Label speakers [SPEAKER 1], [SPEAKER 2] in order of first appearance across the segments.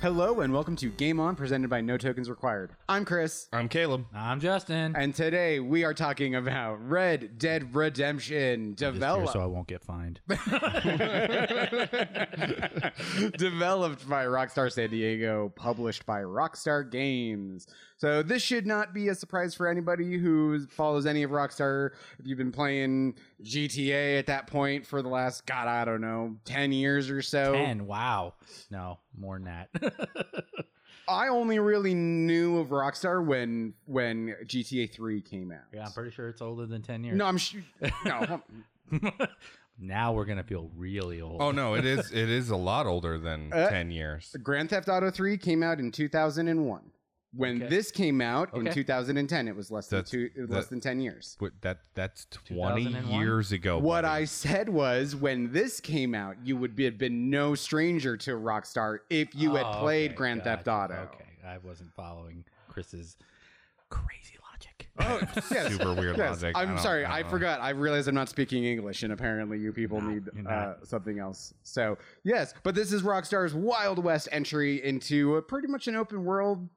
[SPEAKER 1] Hello and welcome to Game On, presented by No Tokens Required. I'm Chris,
[SPEAKER 2] I'm Caleb.
[SPEAKER 3] I'm Justin.
[SPEAKER 1] and today we are talking about Red Dead Redemption
[SPEAKER 3] Here,
[SPEAKER 1] developed
[SPEAKER 3] so I won't get fined.
[SPEAKER 1] developed by Rockstar San Diego, published by Rockstar Games. So this should not be a surprise for anybody who follows any of Rockstar. If you've been playing GTA at that point for the last god I don't know 10 years or so.
[SPEAKER 3] and wow, no more than that.
[SPEAKER 1] I only really knew of Rockstar when when GTA 3 came out.
[SPEAKER 3] yeah, I'm pretty sure it's older than ten years.
[SPEAKER 1] No, I'm sh- no.
[SPEAKER 3] now we're gonna feel really old.
[SPEAKER 2] Oh no, it is it is a lot older than
[SPEAKER 1] Uh,
[SPEAKER 2] ten years.
[SPEAKER 1] Grand Theft Auto 3 came out in 2001. When
[SPEAKER 3] Okay.
[SPEAKER 1] this came out in
[SPEAKER 3] Okay.
[SPEAKER 1] 2010, it was less than
[SPEAKER 2] That's-
[SPEAKER 1] two, less
[SPEAKER 2] that-
[SPEAKER 1] than 10 years.
[SPEAKER 2] But that that's twenty
[SPEAKER 3] 2001?
[SPEAKER 2] years ago.
[SPEAKER 1] What
[SPEAKER 2] Oh, buddy.
[SPEAKER 1] I said was when this came out, you would be, have been no stranger to Rockstar if you had
[SPEAKER 3] Oh,
[SPEAKER 1] played
[SPEAKER 3] okay,
[SPEAKER 1] Grand Theft
[SPEAKER 3] gotcha.
[SPEAKER 1] Auto.
[SPEAKER 3] Okay, I wasn't following Chris's crazy logic.
[SPEAKER 1] Yes.
[SPEAKER 2] Oh, super weird
[SPEAKER 1] Yes.
[SPEAKER 2] logic.
[SPEAKER 1] I'm
[SPEAKER 2] don't-
[SPEAKER 1] sorry, I
[SPEAKER 2] don't know.
[SPEAKER 1] forgot. I realized I'm not speaking English, and apparently you people
[SPEAKER 3] not.
[SPEAKER 1] need
[SPEAKER 3] You're
[SPEAKER 1] uh,
[SPEAKER 3] not.
[SPEAKER 1] something else. So yes, but this is Rockstar's Wild West entry into a, pretty much an open world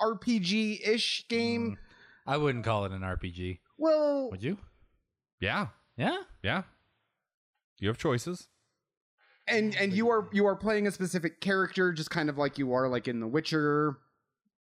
[SPEAKER 1] RPG ish game.
[SPEAKER 3] I wouldn't call it an RPG.
[SPEAKER 1] Well,
[SPEAKER 3] Would you?
[SPEAKER 2] Yeah,
[SPEAKER 3] Yeah.
[SPEAKER 2] yeah. You have choices.
[SPEAKER 1] and and you are you are playing a specific character, just kind of like you are like in The Witcher,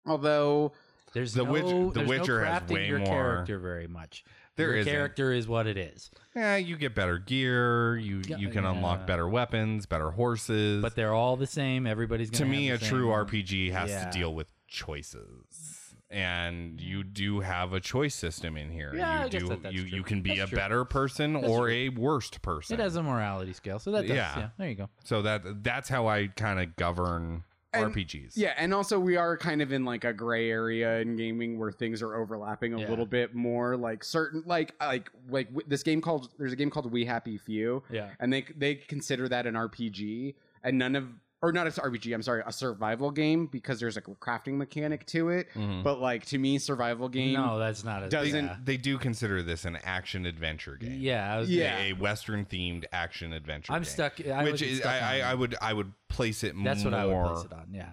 [SPEAKER 1] although.
[SPEAKER 3] There's
[SPEAKER 2] The
[SPEAKER 3] no,
[SPEAKER 2] Witch- The
[SPEAKER 3] there's
[SPEAKER 2] Witcher
[SPEAKER 3] no
[SPEAKER 2] has
[SPEAKER 3] crafting
[SPEAKER 2] way
[SPEAKER 3] your
[SPEAKER 2] more-
[SPEAKER 3] character very much.
[SPEAKER 2] There
[SPEAKER 3] your
[SPEAKER 2] isn't.
[SPEAKER 3] character is what it is,
[SPEAKER 2] Yeah, you get better gear. You
[SPEAKER 3] Yeah,
[SPEAKER 2] you can
[SPEAKER 3] yeah.
[SPEAKER 2] unlock better weapons, better horses.
[SPEAKER 3] but they're all the same. Everybody's
[SPEAKER 2] to
[SPEAKER 3] gonna
[SPEAKER 2] me, a
[SPEAKER 3] have the
[SPEAKER 2] true
[SPEAKER 3] same-
[SPEAKER 2] RPG has
[SPEAKER 3] Yeah.
[SPEAKER 2] to deal with choices, and you do have a choice system in here.
[SPEAKER 3] Yeah,
[SPEAKER 2] you
[SPEAKER 3] I guess
[SPEAKER 2] do.
[SPEAKER 3] that- that's
[SPEAKER 2] you
[SPEAKER 3] true.
[SPEAKER 2] you can be
[SPEAKER 3] That's
[SPEAKER 2] a
[SPEAKER 3] true.
[SPEAKER 2] better person or a worst person.
[SPEAKER 3] It has a morality scale, so that does,
[SPEAKER 2] Yeah.
[SPEAKER 3] yeah. There you go.
[SPEAKER 2] So that that's how I kind of govern
[SPEAKER 1] And-
[SPEAKER 2] RPGs.
[SPEAKER 1] Yeah, and also we are kind of in like a gray area in gaming where things are overlapping a
[SPEAKER 3] Yeah.
[SPEAKER 1] little bit more. Like certain, like like like w- this game called there's a game called We Happy Few,
[SPEAKER 3] Yeah.
[SPEAKER 1] and they they consider that an RPG, and none of or not an RPG. I'm sorry, a survival game because there's like a crafting mechanic to it.
[SPEAKER 2] Mhm.
[SPEAKER 1] But like to me, survival game.
[SPEAKER 3] No, that's not a
[SPEAKER 1] doesn't-
[SPEAKER 3] Yeah,
[SPEAKER 2] They do consider this an action adventure game.
[SPEAKER 3] yeah, I was,
[SPEAKER 1] Yeah.
[SPEAKER 2] A, Western themed action adventure
[SPEAKER 3] I'm
[SPEAKER 2] game.
[SPEAKER 3] stuck. I
[SPEAKER 2] which
[SPEAKER 3] was
[SPEAKER 2] is
[SPEAKER 3] stuck
[SPEAKER 2] I,
[SPEAKER 3] on-
[SPEAKER 2] I, I would I would place it
[SPEAKER 3] That's
[SPEAKER 2] more
[SPEAKER 3] what I would place it on. Yeah,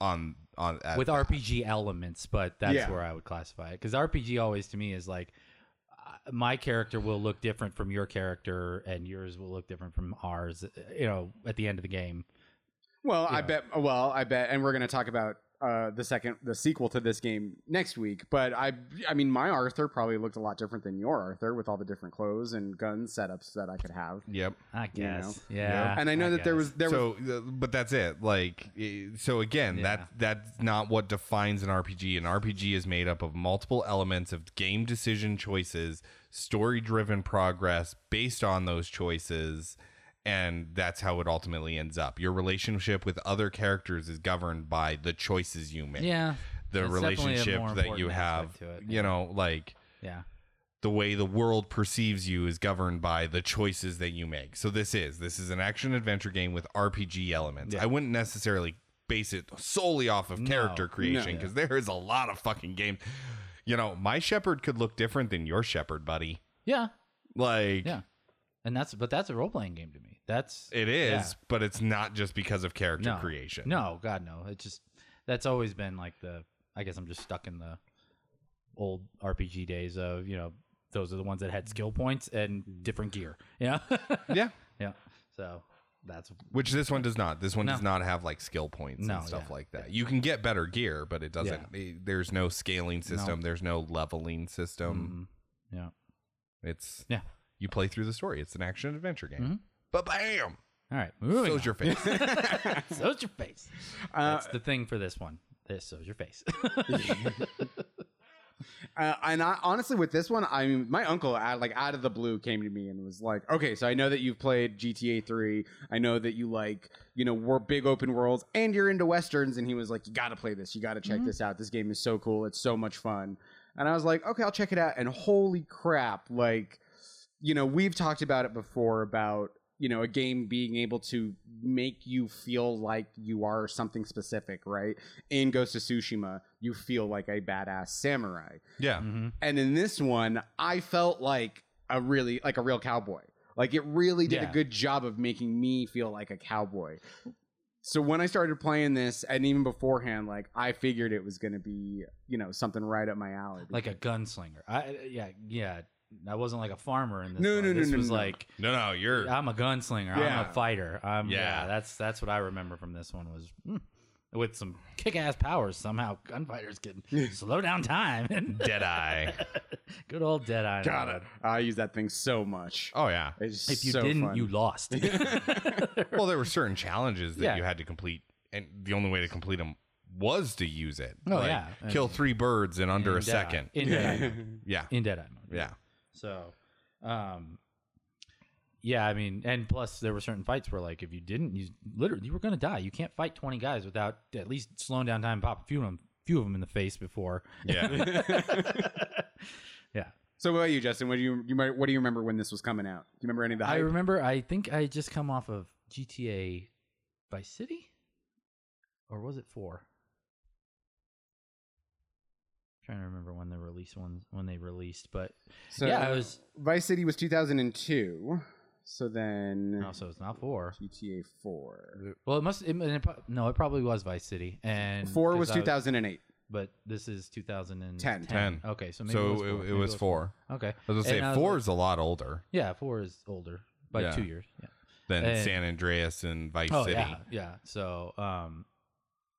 [SPEAKER 2] on on at-
[SPEAKER 3] with RPG elements, but that's
[SPEAKER 1] Yeah.
[SPEAKER 3] where I would classify it because RPG always to me is like uh, my character will look different from your character, and yours will look different from ours. uh, You know, at the end of the game.
[SPEAKER 1] Well, I
[SPEAKER 3] know.
[SPEAKER 1] bet. Well, I bet, and we're going to talk about uh, the second, the sequel to this game next week. But I, I mean, my Arthur probably looked a lot different than your Arthur with all the different clothes and gun setups that I could have.
[SPEAKER 2] Yep.
[SPEAKER 3] I
[SPEAKER 1] You know?
[SPEAKER 3] guess. Yeah.
[SPEAKER 1] and I know that there
[SPEAKER 3] guess.
[SPEAKER 1] was there was
[SPEAKER 2] so, uh, but that's it. Like, eh, so again,
[SPEAKER 3] Yeah.
[SPEAKER 2] that that's not what defines an RPG. An RPG is made up of multiple elements of game decision choices, story-driven progress based on those choices, and that's how it ultimately ends up. Your relationship with other characters is governed by the choices you make.
[SPEAKER 3] Yeah.
[SPEAKER 2] The
[SPEAKER 3] That's definitely a
[SPEAKER 2] relationship
[SPEAKER 3] more
[SPEAKER 2] that you
[SPEAKER 3] important
[SPEAKER 2] have,
[SPEAKER 3] aspect to it,
[SPEAKER 2] you know, like
[SPEAKER 3] Yeah.
[SPEAKER 2] the way the world perceives you is governed by the choices that you make. So this is this is an action adventure game with RPG elements. I wouldn't necessarily base it solely off of character creation because there is a lot of fucking games. You know, my shepherd could look different than your shepherd, buddy.
[SPEAKER 3] Yeah.
[SPEAKER 2] Like
[SPEAKER 3] Yeah. And that's but that's a role playing game to me. That's
[SPEAKER 2] it is,
[SPEAKER 3] Yeah.
[SPEAKER 2] but it's not just because of character creation.
[SPEAKER 3] No, God, no. It's just that's always been like the. I guess I'm just stuck in the old RPG days of you know those are the ones that had skill points and
[SPEAKER 1] Mm.
[SPEAKER 3] different gear. Yeah,
[SPEAKER 2] Yeah.
[SPEAKER 3] yeah. So that's
[SPEAKER 2] Which this one does not. This one
[SPEAKER 3] No.
[SPEAKER 2] does not have like skill points
[SPEAKER 3] No,
[SPEAKER 2] and stuff
[SPEAKER 3] yeah.
[SPEAKER 2] like that. You can get better gear, but it doesn't. it- there's no scaling system. There's no leveling system.
[SPEAKER 1] Um,
[SPEAKER 3] mm, yeah,
[SPEAKER 2] It's
[SPEAKER 3] yeah.
[SPEAKER 2] you play through the story. It's an action adventure game.
[SPEAKER 3] Mhm.
[SPEAKER 2] But bam,
[SPEAKER 3] mm-hmm. All right, moving.
[SPEAKER 2] shows
[SPEAKER 3] on.
[SPEAKER 2] your face.
[SPEAKER 3] So's your face.
[SPEAKER 1] Uh,
[SPEAKER 3] That's the thing for this one. This so's your face.
[SPEAKER 1] Uh, and I, honestly, with this one, I mean, my uncle, out, like out of the blue, came to me and was like, "Okay, so I know that you've played GTA Three. I know that you like, you know, we're big open worlds, and you're into westerns." And he was like, "You got to play this. You got to check this out. This game is so cool. It's so much fun." And I was like, "Okay, I'll check it out." And holy crap! Like, you know, we've talked about it before about you know a game being able to make you feel like you are something specific, right? In Ghost of Tsushima, you feel like a badass samurai.
[SPEAKER 2] yeah,
[SPEAKER 3] Mhm.
[SPEAKER 1] And in this one, I felt like a really like a real cowboy. Like it really did a
[SPEAKER 3] Yeah.
[SPEAKER 1] good job of making me feel like a cowboy. So when I started playing this, and even beforehand, like I figured it was going to be, you know, something right up my alley.
[SPEAKER 3] like a gunslinger. I yeah yeah. I wasn't like a farmer in this.
[SPEAKER 1] No,
[SPEAKER 3] one.
[SPEAKER 1] no, no,
[SPEAKER 3] This
[SPEAKER 1] no,
[SPEAKER 3] was
[SPEAKER 1] no.
[SPEAKER 3] like
[SPEAKER 2] No, no, you're
[SPEAKER 3] I'm a gunslinger. I'm
[SPEAKER 1] Yeah.
[SPEAKER 3] a fighter. I'm yeah.
[SPEAKER 2] Yeah.
[SPEAKER 3] That's that's what I remember from this one was hmm, with some kick ass powers. Somehow gunfighters can slow down time and
[SPEAKER 2] Deadeye.
[SPEAKER 3] good old Deadeye.
[SPEAKER 1] got it. I use that thing so much.
[SPEAKER 2] Oh yeah.
[SPEAKER 1] It's
[SPEAKER 3] If you
[SPEAKER 1] so
[SPEAKER 3] didn't,
[SPEAKER 1] fun.
[SPEAKER 3] you lost.
[SPEAKER 2] Well, there were certain challenges that
[SPEAKER 3] Yeah.
[SPEAKER 2] you had to complete, and the only way to complete them was to use it.
[SPEAKER 3] Oh, yeah.
[SPEAKER 2] kill three birds in under
[SPEAKER 3] In
[SPEAKER 2] a
[SPEAKER 3] Deadeye.
[SPEAKER 2] second.
[SPEAKER 3] In Deadeye. mode.
[SPEAKER 2] Yeah,
[SPEAKER 3] In Deadeye. mode.
[SPEAKER 2] yeah.
[SPEAKER 3] So, um, yeah, I mean, and plus there were certain fights where like if you didn't, you literally you were gonna die. You can't fight twenty guys without at least slowing down time, and pop a few of them, few of them in the face before.
[SPEAKER 2] Yeah.
[SPEAKER 3] Yeah,
[SPEAKER 1] so what about you, Justin? What do you, you might, what do you remember when this was coming out? Do you remember any of the
[SPEAKER 3] I
[SPEAKER 1] hype?
[SPEAKER 3] remember. I think I had just come off of GTA Vice City, or was it four? trying to remember when the release ones when they released, but
[SPEAKER 1] so uh,
[SPEAKER 3] yeah, I was.
[SPEAKER 1] Vice City was 2002. So then
[SPEAKER 3] No, so it's not four.
[SPEAKER 1] GTA 4.
[SPEAKER 3] Well, it must. It, it, pro- no, it probably was Vice City, and
[SPEAKER 1] 4 was
[SPEAKER 3] 2000.
[SPEAKER 1] 2008.
[SPEAKER 3] but this is 2010.
[SPEAKER 2] Ten.
[SPEAKER 3] Okay, so maybe it
[SPEAKER 2] so it,
[SPEAKER 3] was four.
[SPEAKER 2] it
[SPEAKER 3] Maybe
[SPEAKER 2] was four.
[SPEAKER 3] Okay,
[SPEAKER 2] I was gonna
[SPEAKER 3] And
[SPEAKER 2] say
[SPEAKER 3] was
[SPEAKER 2] four
[SPEAKER 3] like-
[SPEAKER 2] is a lot older
[SPEAKER 3] yeah, four is older by
[SPEAKER 2] Yeah.
[SPEAKER 3] two years. Yeah.
[SPEAKER 2] than
[SPEAKER 3] And-
[SPEAKER 2] San Andreas and Vice
[SPEAKER 3] Oh
[SPEAKER 2] City.
[SPEAKER 3] yeah, yeah. So, um,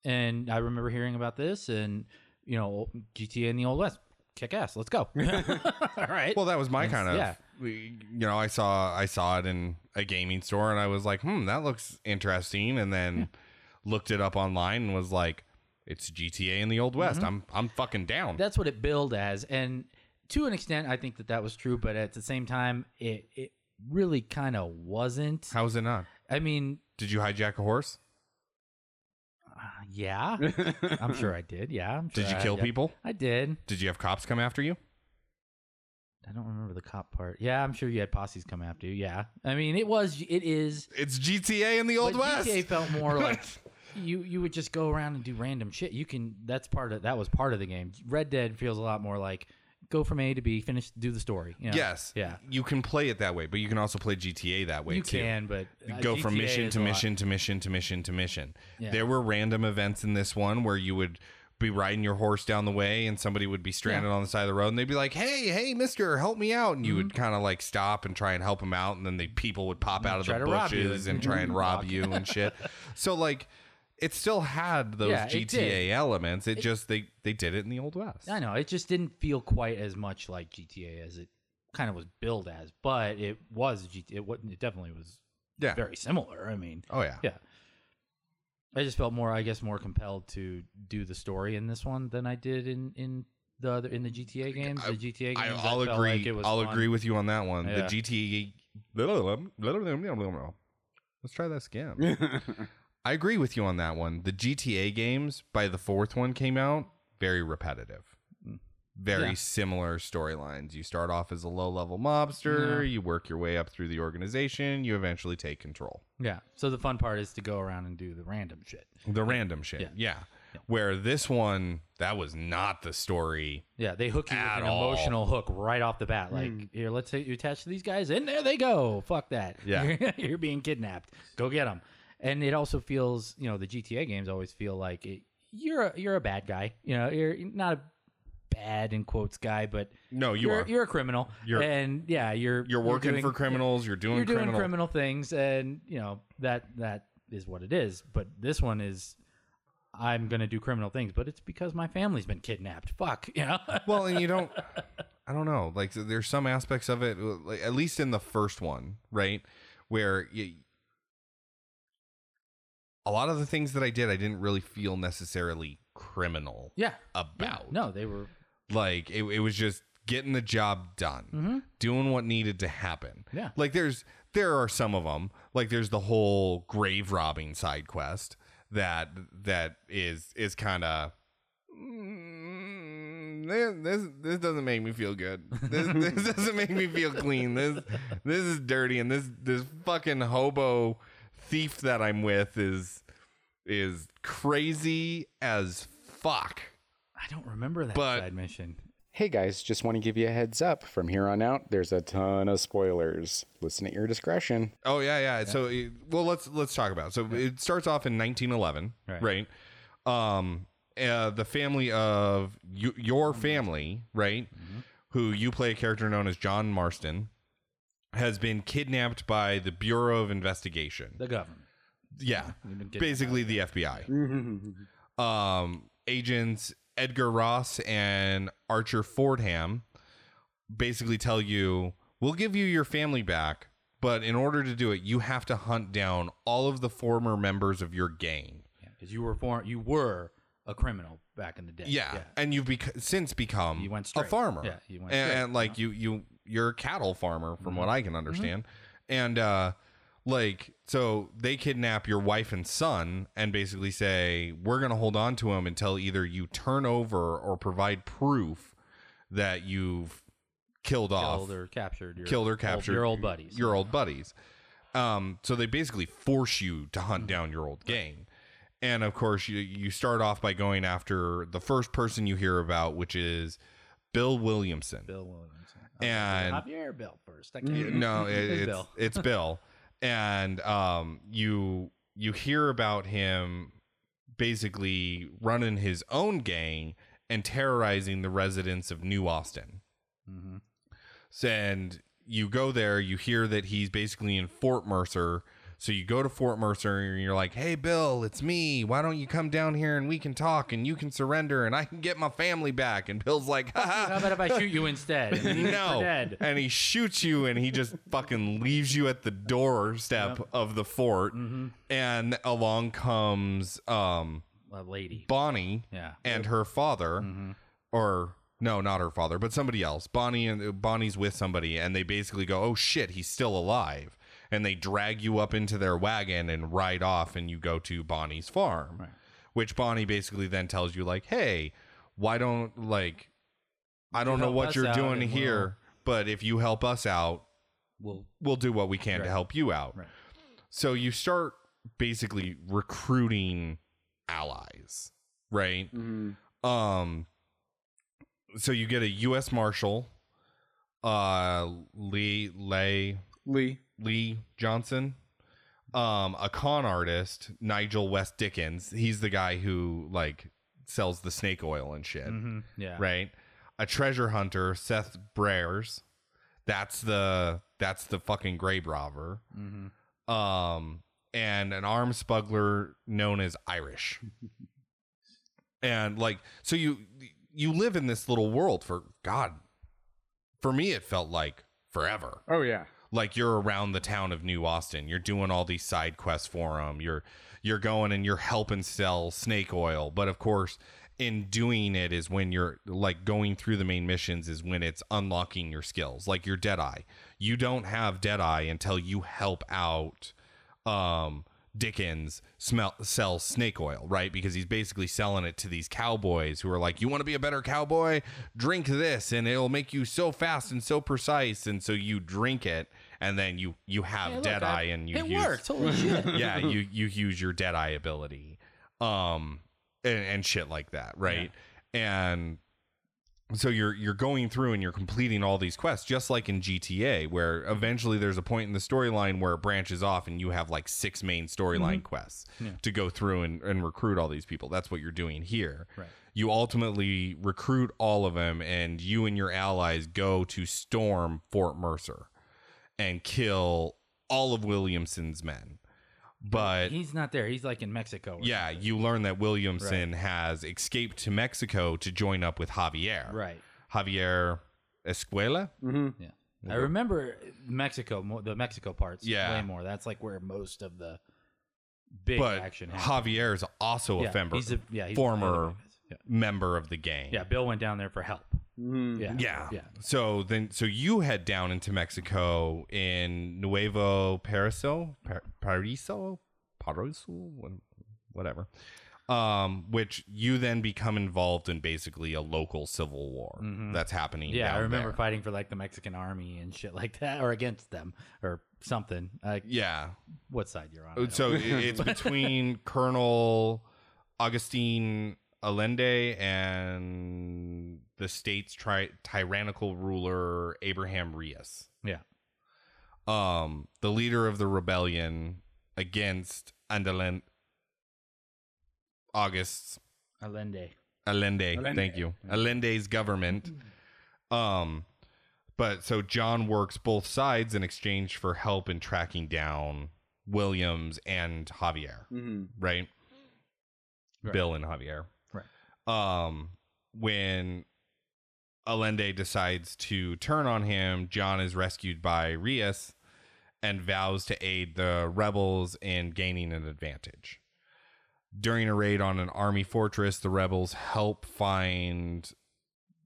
[SPEAKER 3] and I remember hearing about this, and you know, GTA in the Old West, kick ass. Let's go. All right.
[SPEAKER 2] Well, that was my
[SPEAKER 3] And-
[SPEAKER 2] kind of.
[SPEAKER 3] yeah.
[SPEAKER 2] we- You know, I saw I saw it in a gaming store, and I was like, "Hmm, that looks interesting." And then
[SPEAKER 3] Hmm.
[SPEAKER 2] looked it up online and was like, "It's GTA in the Old West. I'm I'm fucking down."
[SPEAKER 3] Mm-hmm. that's what it billed as and to an extent i think that that was true but at the same time it, it really kind of wasn't
[SPEAKER 2] How is it not?
[SPEAKER 3] i mean
[SPEAKER 2] Did you hijack a horse?
[SPEAKER 3] uh, yeah i'm sure i did yeah I'm sure
[SPEAKER 2] Did you
[SPEAKER 3] I-
[SPEAKER 2] kill
[SPEAKER 3] Uh, yeah.
[SPEAKER 2] people?
[SPEAKER 3] i did
[SPEAKER 2] Did you have cops come after you?
[SPEAKER 3] i don't remember the cop part yeah i'm sure you had posses come after you yeah i mean it was it is
[SPEAKER 2] It's GTA in the Old
[SPEAKER 3] but
[SPEAKER 2] West.
[SPEAKER 3] GTA felt more like you you would just go around and do random shit. You can that's part of that was part of the game. Red Dead feels a lot more like go from A to B, finish, do the story. you know?
[SPEAKER 2] Yes.
[SPEAKER 3] yeah,
[SPEAKER 2] You can play it that way, but you can also play GTA that way
[SPEAKER 3] you
[SPEAKER 2] too.
[SPEAKER 3] can, but uh,
[SPEAKER 2] go from
[SPEAKER 3] GTA
[SPEAKER 2] mission
[SPEAKER 3] is
[SPEAKER 2] to
[SPEAKER 3] a lot-
[SPEAKER 2] mission to mission to mission to mission.
[SPEAKER 3] Yeah.
[SPEAKER 2] There were random events in this one where you would be riding your horse down the way and somebody would be stranded on the side of the road and they'd be like, "Hey, hey, mister, help me out." And you
[SPEAKER 3] Mm-hmm.
[SPEAKER 2] would kind of like stop and try and help them out and then the people would pop out of
[SPEAKER 3] try
[SPEAKER 2] the
[SPEAKER 3] to rob you
[SPEAKER 2] bushes
[SPEAKER 3] and-
[SPEAKER 2] and try and rob you and shit. So like it still had those
[SPEAKER 3] Yeah, it did.
[SPEAKER 2] GTA elements. It, just they they did it in the old west.
[SPEAKER 3] I know it just didn't feel quite as much like GTA as it kind of was billed as, but it was GTA. It, wa- it definitely was
[SPEAKER 2] Yeah.
[SPEAKER 3] very similar. I mean,
[SPEAKER 2] Oh yeah.
[SPEAKER 3] yeah. I just felt more, I guess, more compelled to do the story in this one than I did in in the other in the GTA games. The GTA games,
[SPEAKER 2] I, I'll
[SPEAKER 3] felt
[SPEAKER 2] agree.
[SPEAKER 3] Like it was
[SPEAKER 2] I'll
[SPEAKER 3] fun.
[SPEAKER 2] agree with you on that one.
[SPEAKER 3] Yeah.
[SPEAKER 2] The GTA. Let's try this again. I agree with you on that one. The GTA games by the fourth one came out very repetitive. Very
[SPEAKER 3] Hmm. Yeah.
[SPEAKER 2] similar storylines. You start off as a low level mobster, you work your way up through the organization, you eventually take control.
[SPEAKER 3] Yeah. So the fun part is to go around and do the random shit.
[SPEAKER 2] The random shit. Yeah. Where this one, that was not the story.
[SPEAKER 3] Yeah, they hook you
[SPEAKER 2] At
[SPEAKER 3] with an
[SPEAKER 2] all. Hmm.
[SPEAKER 3] emotional hook right off the bat. Like, here, let's say you attach to these guys, and there they go. Fuck that.
[SPEAKER 2] Yeah.
[SPEAKER 3] you're being kidnapped. Go get them. And it also feels, you know, the GTA games always feel like it, you're a, you're a bad guy. You know, you're not a bad in quotes guy, but
[SPEAKER 2] No, Oh, you
[SPEAKER 3] you're,
[SPEAKER 2] are.
[SPEAKER 3] you're a criminal.
[SPEAKER 2] You're-
[SPEAKER 3] and yeah, you're
[SPEAKER 2] You're working
[SPEAKER 3] doing-
[SPEAKER 2] for criminals, you're doing
[SPEAKER 3] You're doing
[SPEAKER 2] criminal.
[SPEAKER 3] criminal things, and you know that that is what it is. But this one is, I'm gonna do criminal things, but it's because my family's been kidnapped. Fuck, you know.
[SPEAKER 2] well, and you don't. I don't know. Like, there's some aspects of it, like, at least in the first one, right, where you, a lot of the things that I did, I didn't really feel necessarily criminal
[SPEAKER 3] yeah.
[SPEAKER 2] about.
[SPEAKER 3] No, they were.
[SPEAKER 2] Like, it, it was just getting the job done,
[SPEAKER 3] Mm.
[SPEAKER 2] doing what needed to happen.
[SPEAKER 3] mm-hmm, Yeah.
[SPEAKER 2] Like, there's there are some of them. Like, there's the whole grave robbing side quest that that is is kind of Mm, this, this this doesn't make me feel good. This this doesn't make me feel clean. This this is dirty, and this this fucking hobo thief that I'm with is is crazy as fuck.
[SPEAKER 3] I don't remember that
[SPEAKER 2] But-
[SPEAKER 3] side mission.
[SPEAKER 4] Hey guys, just want to give you a heads up. From here on out, there's a ton of spoilers. Listen at your discretion.
[SPEAKER 2] Oh yeah, yeah. So it- well, let's let's talk about. It. So it starts off in 1911, right?
[SPEAKER 3] Right.
[SPEAKER 2] Um, uh, the family of you, your family, right? Who you play a character known as John Marston has been kidnapped by the Bureau of Investigation.
[SPEAKER 3] The government.
[SPEAKER 2] yeah,
[SPEAKER 3] You've been kidnapped.
[SPEAKER 2] basically the FBI. um, agents Edgar Ross and Archer Fordham basically tell you, "We'll give you your family back, but in order to do it, you have to hunt down all of the former members of your gang."
[SPEAKER 3] because you were for, you were a criminal back in the day.
[SPEAKER 2] Yeah, and you've bec- since become
[SPEAKER 3] You went
[SPEAKER 2] a
[SPEAKER 3] straight.
[SPEAKER 2] farmer.
[SPEAKER 3] Yeah, Mm-hmm. you went
[SPEAKER 2] and,
[SPEAKER 3] straight,
[SPEAKER 2] and, like you you you're a cattle farmer from what I can understand, and uh, like so they kidnap your wife and son and basically say we're gonna hold on to him until either you turn over or provide proof that you've killed, off
[SPEAKER 3] killed or captured. Your,
[SPEAKER 2] killed or
[SPEAKER 3] old-
[SPEAKER 2] captured
[SPEAKER 3] your old buddies.
[SPEAKER 2] your old buddies. Um, so they basically force you to hunt down your old gang. And of course, you you start off by going after the first person you hear about, which is Bill Williamson.
[SPEAKER 3] Bill Williamson.
[SPEAKER 2] And- Mm,
[SPEAKER 3] I'm your Bill first. I can't.
[SPEAKER 2] No, it,
[SPEAKER 3] Hey,
[SPEAKER 2] it's
[SPEAKER 3] Bill.
[SPEAKER 2] it's Bill, and um, you you hear about him basically running his own gang and terrorizing the residents of New Austin.
[SPEAKER 3] Mhm.
[SPEAKER 2] and you go there you hear that he's basically in fort mercer so you go to fort mercer and you're like hey bill it's me why don't you come down here and we can talk and you can surrender and i can get my family back and bill's like
[SPEAKER 3] How
[SPEAKER 2] "Ha ha,
[SPEAKER 3] about if I shoot you instead? And you
[SPEAKER 2] no
[SPEAKER 3] for dead.
[SPEAKER 2] and he shoots you and he just fucking leaves you at the doorstep of the fort
[SPEAKER 3] Mm-hmm.
[SPEAKER 2] and along comes um
[SPEAKER 3] A lady.
[SPEAKER 2] bonnie
[SPEAKER 3] Yeah. Mm-hmm.
[SPEAKER 2] and her father or no not her father but somebody else bonnie and bonnie's with somebody and they basically go oh shit he's still alive and they drag you up into their wagon and ride off and you go to bonnie's farm which bonnie basically then tells you like hey why don't like i don't know
[SPEAKER 3] help
[SPEAKER 2] what
[SPEAKER 3] us
[SPEAKER 2] you're
[SPEAKER 3] out
[SPEAKER 2] doing
[SPEAKER 3] and
[SPEAKER 2] here
[SPEAKER 3] we'll-
[SPEAKER 2] but if you help us out
[SPEAKER 3] Well,
[SPEAKER 2] we'll do what we can to
[SPEAKER 3] Right.
[SPEAKER 2] help you out
[SPEAKER 3] Right.
[SPEAKER 2] so you start basically recruiting allies right um, so you get a U.S. Marshal, uh, Lee Lay
[SPEAKER 1] Lee.
[SPEAKER 2] Lee Johnson, um, a con artist, Nigel West Dickens. He's the guy who like sells the snake oil and shit,
[SPEAKER 3] mhm, yeah.
[SPEAKER 2] Mm-hmm. right? A treasure hunter, Seth Brayers. That's the that's the fucking grave robber.
[SPEAKER 3] Mhm.
[SPEAKER 2] Um, and an arms smuggler known as Irish. and like so you you live in this little world for god for me it felt like forever
[SPEAKER 1] Oh yeah.
[SPEAKER 2] like you're around the town of new austin you're doing all these side quests for them you're you're going and you're helping sell snake oil but of course in doing it is when you're like going through the main missions is when it's unlocking your skills like your deadeye you don't have deadeye until you help out um Dickens smell sells snake oil, right? Because he's basically selling it to these cowboys who are like, "You want to be a better cowboy? Drink this, and it'll make you so fast and so precise." And so you drink it, and then you you have
[SPEAKER 3] Hey, look,
[SPEAKER 2] dead eye,
[SPEAKER 3] I-
[SPEAKER 2] and you
[SPEAKER 3] It
[SPEAKER 2] use,
[SPEAKER 3] worked. Holy shit.
[SPEAKER 2] yeah, you you use your dead eye ability, um, and, and shit like that, right? And so you're you're going through and you're completing all these quests, just like in GTA, where eventually there's a point in the storyline where it branches off, and you have like six main storyline quests to go through and, and recruit all these people. That's what you're doing here.
[SPEAKER 3] Right.
[SPEAKER 2] You ultimately recruit all of them, and you and your allies go to storm Fort Mercer and kill all of Williamson's men. But
[SPEAKER 3] He's not there. He's like in Mexico. or
[SPEAKER 2] yeah, you learn that Williamson has escaped to Mexico to join up with Javier.
[SPEAKER 3] something. Right.
[SPEAKER 2] Javier Escuela.
[SPEAKER 3] Yeah. I remember Mexico, mo- the Mexico parts,
[SPEAKER 2] Yeah.
[SPEAKER 3] way more. That's like where most of the big
[SPEAKER 2] But
[SPEAKER 3] action happened.
[SPEAKER 2] Javier is also
[SPEAKER 3] yeah,
[SPEAKER 2] a, member,
[SPEAKER 3] he's a- yeah, he's
[SPEAKER 2] former
[SPEAKER 3] Yeah.
[SPEAKER 2] member of the gang.
[SPEAKER 3] yeah, Bill went down there for help. Yeah.
[SPEAKER 2] Yeah.
[SPEAKER 3] Yeah.
[SPEAKER 2] So then, so you head down into Mexico in Nuevo Pariso, Par- Pariso, Pariso, Wha- whatever. Um, which you then become involved in basically a local civil war that's happening.
[SPEAKER 3] Mm-hmm. Yeah, I
[SPEAKER 2] down
[SPEAKER 3] remember
[SPEAKER 2] there.
[SPEAKER 3] fighting for like the Mexican army and shit like that, or against them, or something. Like
[SPEAKER 2] Yeah.
[SPEAKER 3] what side you're on? I don't
[SPEAKER 2] Oh, So i- it's between Colonel Augustine Allende and the state's tri- tyrannical ruler Abraham Rias.
[SPEAKER 3] Yeah.
[SPEAKER 2] Um, the leader of the rebellion against Andalen August
[SPEAKER 3] Allende.
[SPEAKER 2] Allende,
[SPEAKER 1] Allende.
[SPEAKER 2] thank you. Allende's government. Um but so John works both sides in exchange for help in tracking down Williams and Javier,
[SPEAKER 1] Mhm.
[SPEAKER 2] right?
[SPEAKER 3] Right.
[SPEAKER 2] Bill and Javier.
[SPEAKER 3] Right.
[SPEAKER 2] Um when Allende decides to turn on him, John is rescued by Rias and vows to aid the rebels in gaining an advantage. During a raid on an army fortress, the rebels help find